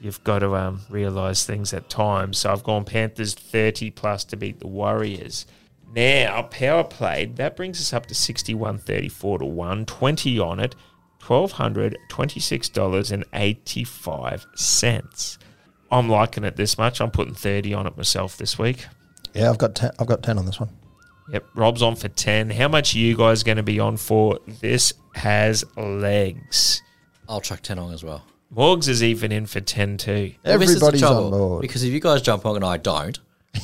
Speaker 2: you've got to um, realise things at times. So I've gone Panthers 30 plus to beat the Warriors. Now, power played, that brings us up to 61 34 to 1, 20 on it, $1,226.85. I'm liking it this much. I'm putting 30 on it myself this week.
Speaker 1: Yeah, I've got ten, I've got ten on this one.
Speaker 2: Yep, Rob's on for 10. How much are you guys going to be on for? This has legs.
Speaker 3: I'll chuck 10 on as well.
Speaker 2: Morgs is even in for 10 too.
Speaker 3: Well, this is the
Speaker 1: Everybody's on
Speaker 3: trouble,
Speaker 1: board.
Speaker 3: Because if you guys jump on and I don't,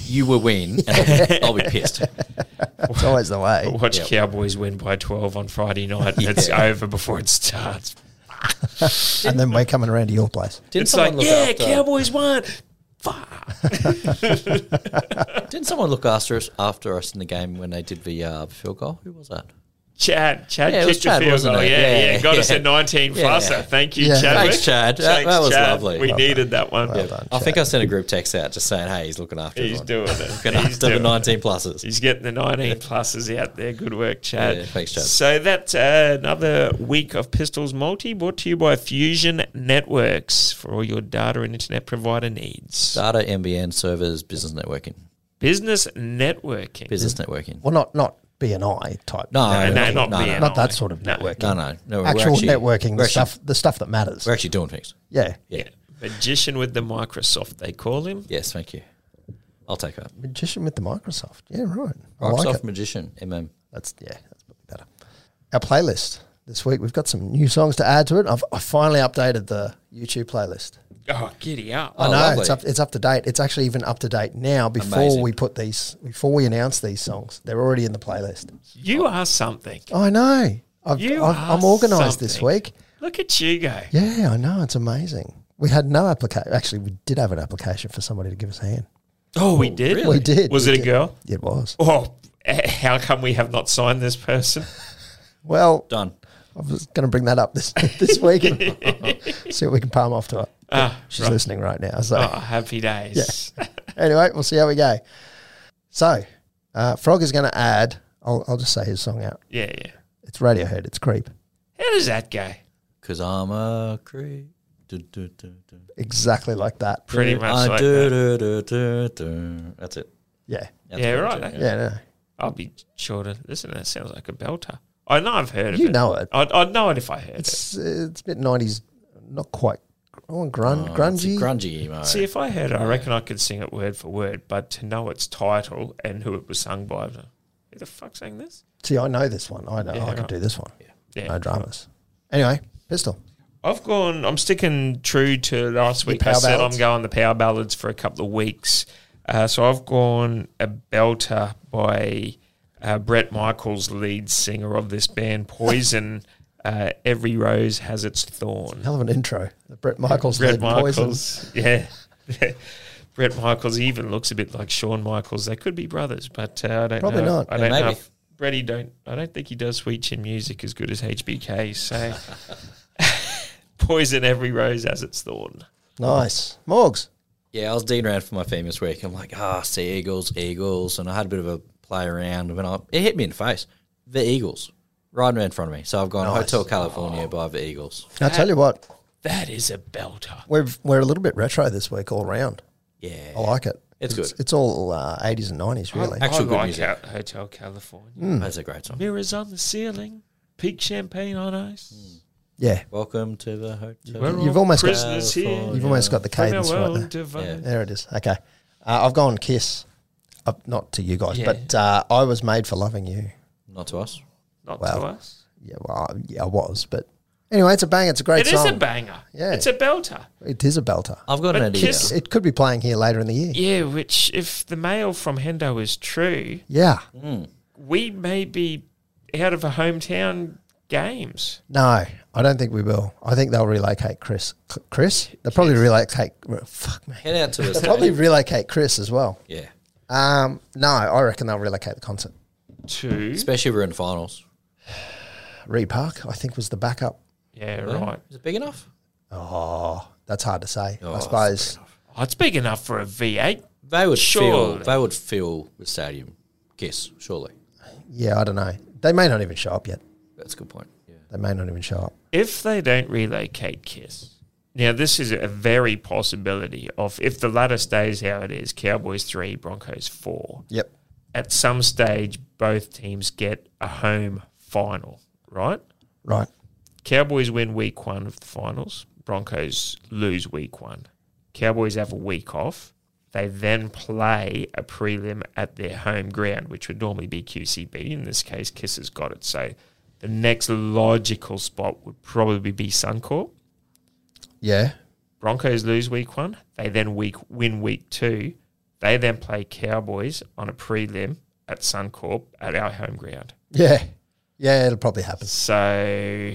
Speaker 3: you will win and I'll be pissed.
Speaker 1: It's always the way.
Speaker 2: Watch
Speaker 3: Yep.
Speaker 2: Cowboys win by 12 on Friday night. and It's over before it starts.
Speaker 1: And then we're coming around to your place.
Speaker 3: Didn't
Speaker 2: It's
Speaker 3: someone
Speaker 2: like,
Speaker 3: look
Speaker 2: yeah,
Speaker 3: after-
Speaker 2: Cowboys won.
Speaker 3: Didn't someone look after us after us in the game when they did the uh, field goal? Who was that?
Speaker 2: Chad, Chad
Speaker 3: Yeah, it was
Speaker 2: kicked a
Speaker 3: Chad,
Speaker 2: field
Speaker 3: wasn't
Speaker 2: goal.
Speaker 3: it?
Speaker 2: Yeah,
Speaker 3: Yeah,
Speaker 2: yeah, got us
Speaker 3: yeah.
Speaker 2: at 19
Speaker 3: Yeah.
Speaker 2: faster. Thank you,
Speaker 1: Yeah.
Speaker 2: Chad.
Speaker 3: Thanks, Chad. That- that was lovely.
Speaker 2: We
Speaker 3: Well
Speaker 2: needed that one.
Speaker 1: done.
Speaker 3: I think I sent a group text out just saying, "Hey, he's looking after
Speaker 2: He's
Speaker 3: everyone.
Speaker 2: doing it.
Speaker 3: looking
Speaker 2: He's
Speaker 3: after the
Speaker 2: doing it.
Speaker 3: 19 pluses."
Speaker 2: He's getting the 19 pluses out there. Good work, Chad.
Speaker 3: Yeah, thanks, Chad.
Speaker 2: So that's uh, another week of Pistols Multi brought to you by Fusion Networks for all your data and internet provider needs.
Speaker 3: Data, MBN, servers, business networking,
Speaker 2: Business networking.
Speaker 3: business networking.
Speaker 1: Well, not not BNI type.
Speaker 3: No,
Speaker 2: No, no, not
Speaker 3: no,
Speaker 2: BNI.
Speaker 3: no,
Speaker 1: not that sort of
Speaker 2: No.
Speaker 1: networking.
Speaker 3: no, no, no, we're
Speaker 1: Actual
Speaker 3: actually-
Speaker 1: networking, the
Speaker 3: We're actually,
Speaker 1: stuff, the stuff that matters.
Speaker 3: we're actually doing things.
Speaker 1: Yeah,
Speaker 2: Yeah. Magician with the Microsoft, they call him.
Speaker 3: Yes, thank you. I'll take that.
Speaker 1: magician with the Microsoft. Yeah, right. I
Speaker 3: Microsoft
Speaker 1: like it.
Speaker 3: Magician, MM.
Speaker 1: That's yeah, that's probably better. Our playlist this week, we've got some new songs to add to it. I've I finally updated the YouTube playlist.
Speaker 2: Oh, giddy up.
Speaker 1: I
Speaker 3: Oh,
Speaker 1: know
Speaker 3: lovely.
Speaker 1: it's up it's up to date. It's actually even up to date now. Before
Speaker 3: Amazing.
Speaker 1: we put these, before we announce these songs, they're already in the playlist.
Speaker 2: You are something.
Speaker 1: I know. I've,
Speaker 2: You
Speaker 1: I've,
Speaker 2: are
Speaker 1: I'm organised this
Speaker 2: something.
Speaker 1: week.
Speaker 2: Look at you go.
Speaker 1: Yeah, I know. It's amazing. We had no application. Actually, we did have an application for somebody to give us a hand.
Speaker 2: Oh, we did.
Speaker 1: We did.
Speaker 2: Was
Speaker 1: We
Speaker 2: it a
Speaker 1: did.
Speaker 2: girl?
Speaker 1: It was.
Speaker 2: Oh, eh, how come we have not signed this person?
Speaker 1: Well,
Speaker 3: Done.
Speaker 1: I was going to bring that up this this week and see what we can palm off to her. She's listening right now. So
Speaker 2: Ah, Oh, happy days.
Speaker 1: anyway, we'll see how we go. So uh, Frog is going to add. I'll, I'll just say his song out.
Speaker 2: Yeah. yeah,
Speaker 1: It's Radiohead. It's Creep.
Speaker 2: How does that go?
Speaker 3: Cause I'm a creep. Du- du- du- du.
Speaker 1: Exactly like that.
Speaker 2: Pretty much
Speaker 3: I
Speaker 2: like
Speaker 3: do-
Speaker 2: that.
Speaker 3: do- do- do. That's it.
Speaker 1: Yeah.
Speaker 3: That's
Speaker 2: Yeah,
Speaker 3: what
Speaker 2: right,
Speaker 3: I do,
Speaker 2: eh?
Speaker 1: Yeah. No.
Speaker 2: I'll be sure to listen. That sounds like a belter. I know I've heard of
Speaker 1: You
Speaker 2: it.
Speaker 1: know it.
Speaker 2: I'd, I'd know it if I heard it.
Speaker 1: It's, it's a bit nineties. Not quite. Oh, grun,
Speaker 3: It's a
Speaker 1: grungy.
Speaker 3: grungy emo.
Speaker 2: See, if I heard it, I reckon I could sing it word for word. But to know its title and who it was sung by, I'm like, who the fuck sang this?
Speaker 1: See, I know this one. I know.
Speaker 2: Yeah,
Speaker 1: I can
Speaker 2: right.
Speaker 1: do this one.
Speaker 2: Yeah.
Speaker 1: No dramas. Anyway, pistol.
Speaker 2: I've gone. I'm sticking true to last week. I
Speaker 1: power
Speaker 2: said
Speaker 1: ballads?
Speaker 2: I'm going the power ballads for a couple of weeks. Uh, so I've gone a belter by uh, Brett Michaels, lead singer of this band, Poison. uh, Every rose has its thorn.
Speaker 1: Hell of an intro. Brett Michaels.
Speaker 2: Brett
Speaker 1: led Poison.
Speaker 2: Michaels, yeah. Brett Michaels even looks a bit like Shawn Michaels. They could be brothers, but uh, I don't
Speaker 1: Probably
Speaker 2: know.
Speaker 1: not.
Speaker 2: I don't
Speaker 3: Maybe.
Speaker 2: know. If Bretty don't. I don't think he does sweet chin music as good as HBK. So, poison every rose as its thorn.
Speaker 1: Nice. Morgs.
Speaker 3: Yeah, I was digging around for my theme this week. I'm like, ah, see Eagles, Eagles, and I had a bit of a play around. And when I, it hit me in the face, the Eagles, right in front of me. So I've gone
Speaker 1: Nice.
Speaker 3: Hotel California by the Eagles.
Speaker 1: I tell you what,
Speaker 2: That is a belter.
Speaker 1: we're we're a little bit retro this week all round.
Speaker 3: Yeah,
Speaker 1: Oh, I like it.
Speaker 3: It's good.
Speaker 1: It's all uh, eighties and nineties, really.
Speaker 2: Oh,
Speaker 3: Actual
Speaker 2: I
Speaker 3: good
Speaker 2: like
Speaker 3: music.
Speaker 2: Out Hotel California.
Speaker 3: that's a great song.
Speaker 2: Mirrors on the ceiling. Pink champagne on ice.
Speaker 1: yeah,
Speaker 3: Welcome to the hotel.
Speaker 2: We're
Speaker 1: You've
Speaker 2: all
Speaker 1: almost got-
Speaker 2: prisoners here.
Speaker 1: you've almost got the
Speaker 2: from
Speaker 1: cadence
Speaker 2: our
Speaker 1: right
Speaker 2: own
Speaker 1: there.
Speaker 2: device.
Speaker 3: Yeah.
Speaker 1: There it is. Okay, uh, I've gone Kiss. Uh, not to you guys,
Speaker 2: Yeah.
Speaker 1: but uh, I was made for loving you.
Speaker 3: Not to us.
Speaker 2: Not to
Speaker 1: Wow.
Speaker 2: us.
Speaker 1: Yeah, well, I- yeah, I was, but anyway, it's a bang. It's a great
Speaker 2: It is
Speaker 1: song.
Speaker 2: a banger.
Speaker 1: Yeah.
Speaker 2: It's a belter.
Speaker 1: It is a belter.
Speaker 3: I've got an
Speaker 2: But
Speaker 3: idea.
Speaker 2: Kiss-
Speaker 1: It could be playing here later in the year.
Speaker 2: Yeah, which, if the mail from Hendo is true,
Speaker 1: Yeah.
Speaker 2: we may be out of a hometown games.
Speaker 1: No, I don't think we will. I think they'll relocate Chris. C- Chris? They'll probably relocate. Fuck me.
Speaker 3: Head out to the
Speaker 1: They'll probably
Speaker 3: stadium.
Speaker 1: relocate Chris as well.
Speaker 3: Yeah,
Speaker 1: Um, no, I reckon they'll relocate the concert.
Speaker 2: Two.
Speaker 3: especially if we're in the finals.
Speaker 1: Reed Park, I think, was the backup.
Speaker 2: Yeah, right.
Speaker 3: Is it big enough?
Speaker 1: Oh, that's hard to say. I
Speaker 3: that's
Speaker 1: suppose.
Speaker 2: Oh, it's big enough for a V8.
Speaker 3: They would
Speaker 2: Surely.
Speaker 3: feel. They would feel the stadium. Kiss, surely.
Speaker 1: Yeah, I don't know. They may not even show up yet.
Speaker 3: That's a good point. Yeah.
Speaker 1: They may not even show up.
Speaker 2: If they don't relocate Kiss, now this is a very possibility of if the latter stays how it is, Cowboys three, Broncos four.
Speaker 1: Yep.
Speaker 2: At some stage, both teams get a home final, right?
Speaker 1: Right.
Speaker 2: Cowboys win week one of the finals. Broncos lose week one. Cowboys have a week off. They then play a prelim at their home ground, which would normally be QCB. In this case, Kiss has got it. So the next logical spot would probably be Suncorp.
Speaker 1: Yeah.
Speaker 2: Broncos lose week one. They then week win week two. They then play Cowboys on a prelim at Suncorp at our home ground.
Speaker 1: Yeah. Yeah, it'll probably happen.
Speaker 2: So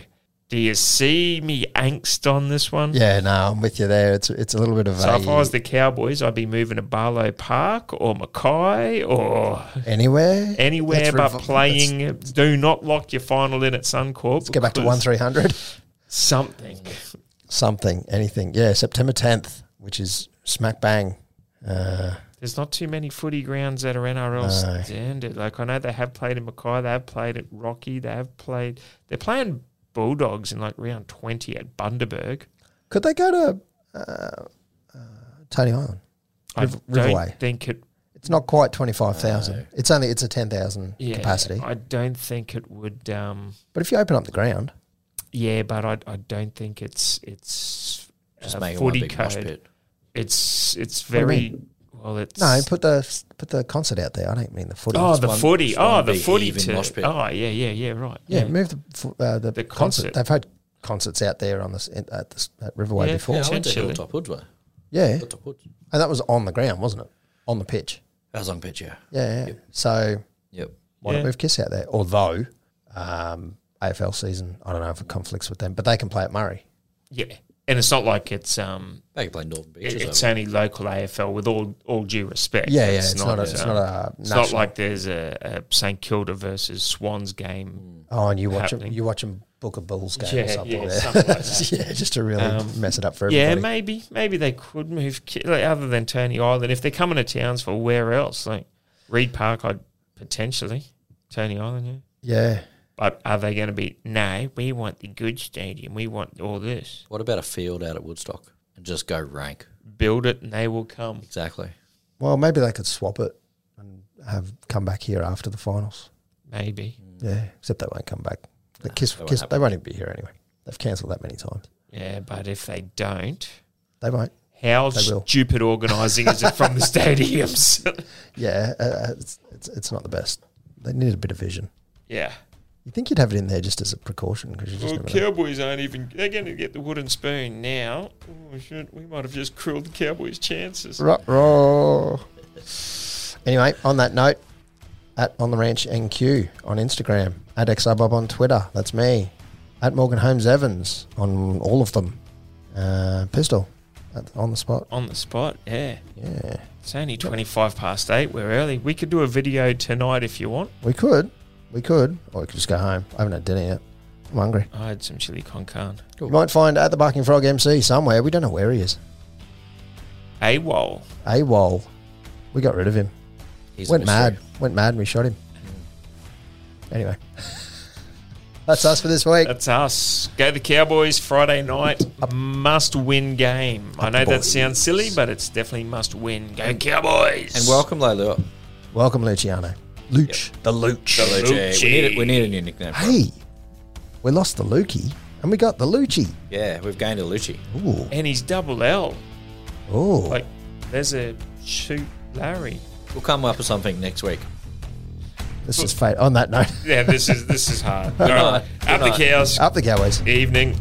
Speaker 2: Do you see me angst on this one?
Speaker 1: Yeah, no, I'm with you there. It's it's a little bit of
Speaker 2: So
Speaker 1: a
Speaker 2: if I was the Cowboys, I'd be moving to Barlow Park or Mackay or
Speaker 1: anywhere,
Speaker 2: anywhere
Speaker 1: Let's
Speaker 2: but
Speaker 1: revol-
Speaker 2: playing. do not lock your final in at Suncorp.
Speaker 1: Let's get back to
Speaker 2: because
Speaker 1: one three hundred.
Speaker 2: Something.
Speaker 1: Something, anything. Yeah, September tenth, which is smack bang. Uh,
Speaker 2: There's not too many footy grounds that are NRL
Speaker 1: No.
Speaker 2: standard. Like I know they have played in Mackay, they have played at Rocky, they have played. They're playing Bulldogs in like round twenty at Bundaberg.
Speaker 1: could they go to uh, uh, Tony Island?
Speaker 2: I
Speaker 1: Riv-
Speaker 2: don't
Speaker 1: Riverway.
Speaker 2: think it
Speaker 1: It's not quite twenty five thousand. It's only it's a ten thousand
Speaker 2: yeah,
Speaker 1: capacity.
Speaker 2: I don't think it would. Um,
Speaker 1: But if you open up the ground,
Speaker 2: yeah, but I, I don't think it's it's
Speaker 3: Just
Speaker 2: uh,
Speaker 3: make it one
Speaker 2: footy
Speaker 3: big mosh
Speaker 2: code.
Speaker 3: pit.
Speaker 2: It's it's
Speaker 1: do you
Speaker 2: very well. It's
Speaker 1: no, put the put the concert out there. I don't mean the footy.
Speaker 2: oh the
Speaker 3: one-
Speaker 2: footy,
Speaker 3: it's
Speaker 2: oh
Speaker 3: one
Speaker 2: the
Speaker 3: big
Speaker 2: footy
Speaker 3: heaving
Speaker 2: too.
Speaker 3: mosh pit.
Speaker 2: Oh yeah, yeah, yeah, right.
Speaker 1: yeah, move the fo- uh, the,
Speaker 2: The
Speaker 1: concert.
Speaker 2: concert.
Speaker 1: They've had concerts out there on this in- at this at Riverway
Speaker 2: Yeah.
Speaker 1: before.
Speaker 3: Yeah, I went to
Speaker 2: Potentially.
Speaker 3: Hilltop Woods, wasn't
Speaker 1: Yeah,
Speaker 3: I? Hilltop Woods.
Speaker 1: and that was on the ground, wasn't it? On the pitch.
Speaker 3: That was on pitch, yeah.
Speaker 1: Yeah. yeah. So
Speaker 3: Yep.
Speaker 1: why
Speaker 2: Yeah.
Speaker 1: not move Kiss out there? Although um, AFL season, I don't know if it conflicts with them, but they can play at Murray.
Speaker 2: Yeah, and it's not like it's um
Speaker 3: They could play Northern
Speaker 2: it-
Speaker 3: Beaches.
Speaker 2: it's
Speaker 3: over.
Speaker 2: only local AFL with all all due respect.
Speaker 1: Yeah, yeah. It's, not. a, it's
Speaker 2: um,
Speaker 1: not a.
Speaker 2: it's
Speaker 1: national.
Speaker 2: not like there's a, a St Kilda versus Swans game.
Speaker 1: Oh, and you watch
Speaker 2: happening.
Speaker 1: them. You watch them book a Bulls game or
Speaker 2: Yeah,
Speaker 1: something.
Speaker 2: yeah,
Speaker 1: there.
Speaker 2: something like that.
Speaker 1: yeah, just to really
Speaker 2: Um,
Speaker 1: mess it up for
Speaker 2: Yeah,
Speaker 1: Mm. everybody.
Speaker 2: maybe maybe they could move Ki- like, other than Tony Island if they're coming to Townsville. Where else? Like Reed Park, I'd potentially Tony Island. Yeah,
Speaker 1: yeah.
Speaker 2: but are they going to be? No, we want the good stadium. We want all this.
Speaker 3: What about a field out at Woodstock and just go rank?
Speaker 2: Build it, and they will come.
Speaker 3: Exactly.
Speaker 1: Well, maybe they could swap it and have come back here after the finals.
Speaker 2: Maybe.
Speaker 1: Yeah, except they won't come back. The kiss,
Speaker 3: won't
Speaker 1: kiss.
Speaker 3: happen.
Speaker 1: They won't even be here anyway. They've cancelled that many times.
Speaker 2: Yeah, but if they don't.
Speaker 1: They won't.
Speaker 2: How
Speaker 1: They will.
Speaker 2: stupid organising is it from the stadiums?
Speaker 1: Yeah, uh, uh, it's, it's it's not the best. They need a bit of vision.
Speaker 2: yeah.
Speaker 1: You think you'd have it in there just as a precaution because you just
Speaker 2: Well,
Speaker 1: never know.
Speaker 2: Cowboys aren't even. They're going to get the wooden spoon now. Oh, shit, we might have just crilled the Cowboys' chances.
Speaker 1: Ruh-roh. Anyway, on that note, at On The Ranch NQ on Instagram, at XRBob on Twitter, that's me, at Morgan Holmes Evans on all of them, uh, Pistol, at, on the spot.
Speaker 2: On the spot, yeah.
Speaker 1: Yeah,
Speaker 2: It's only 25 past eight. We're early. We could do a video tonight if you want.
Speaker 1: we could, we could, or we could just go home. I haven't had dinner yet. I'm hungry.
Speaker 2: I had some chili con carne.
Speaker 1: You might find at the Barking Frog MC somewhere. We don't know where he is.
Speaker 2: AWOL.
Speaker 1: AWOL. We got rid of him.
Speaker 3: He's a
Speaker 1: Went
Speaker 3: mystery. Hmm.
Speaker 1: mad. Went mad and we shot him. Anyway, that's us for this week.
Speaker 2: That's us. Go the Cowboys Friday night. Must win game. I know that sounds silly, but it's definitely must win. Go Cowboys.
Speaker 3: And welcome, Lolo.
Speaker 1: Welcome, Luciano. Luch. The Luch.
Speaker 3: Luce. We need it. We need a new nickname. for him.
Speaker 1: Hey, we lost the Lukey and we got the Lucci.
Speaker 3: Yeah, we've gained a Lucci.
Speaker 1: Ooh. Oh,
Speaker 2: And he's double L.
Speaker 1: Ooh.
Speaker 2: Like, there's a shoot Larry.
Speaker 3: We'll come up with something next week.
Speaker 1: this is fate. On that note,
Speaker 2: Yeah, this is this is hard. All right.
Speaker 3: Good
Speaker 2: Up the
Speaker 3: night.
Speaker 2: cows.
Speaker 1: up the Cowboys.
Speaker 2: Evening.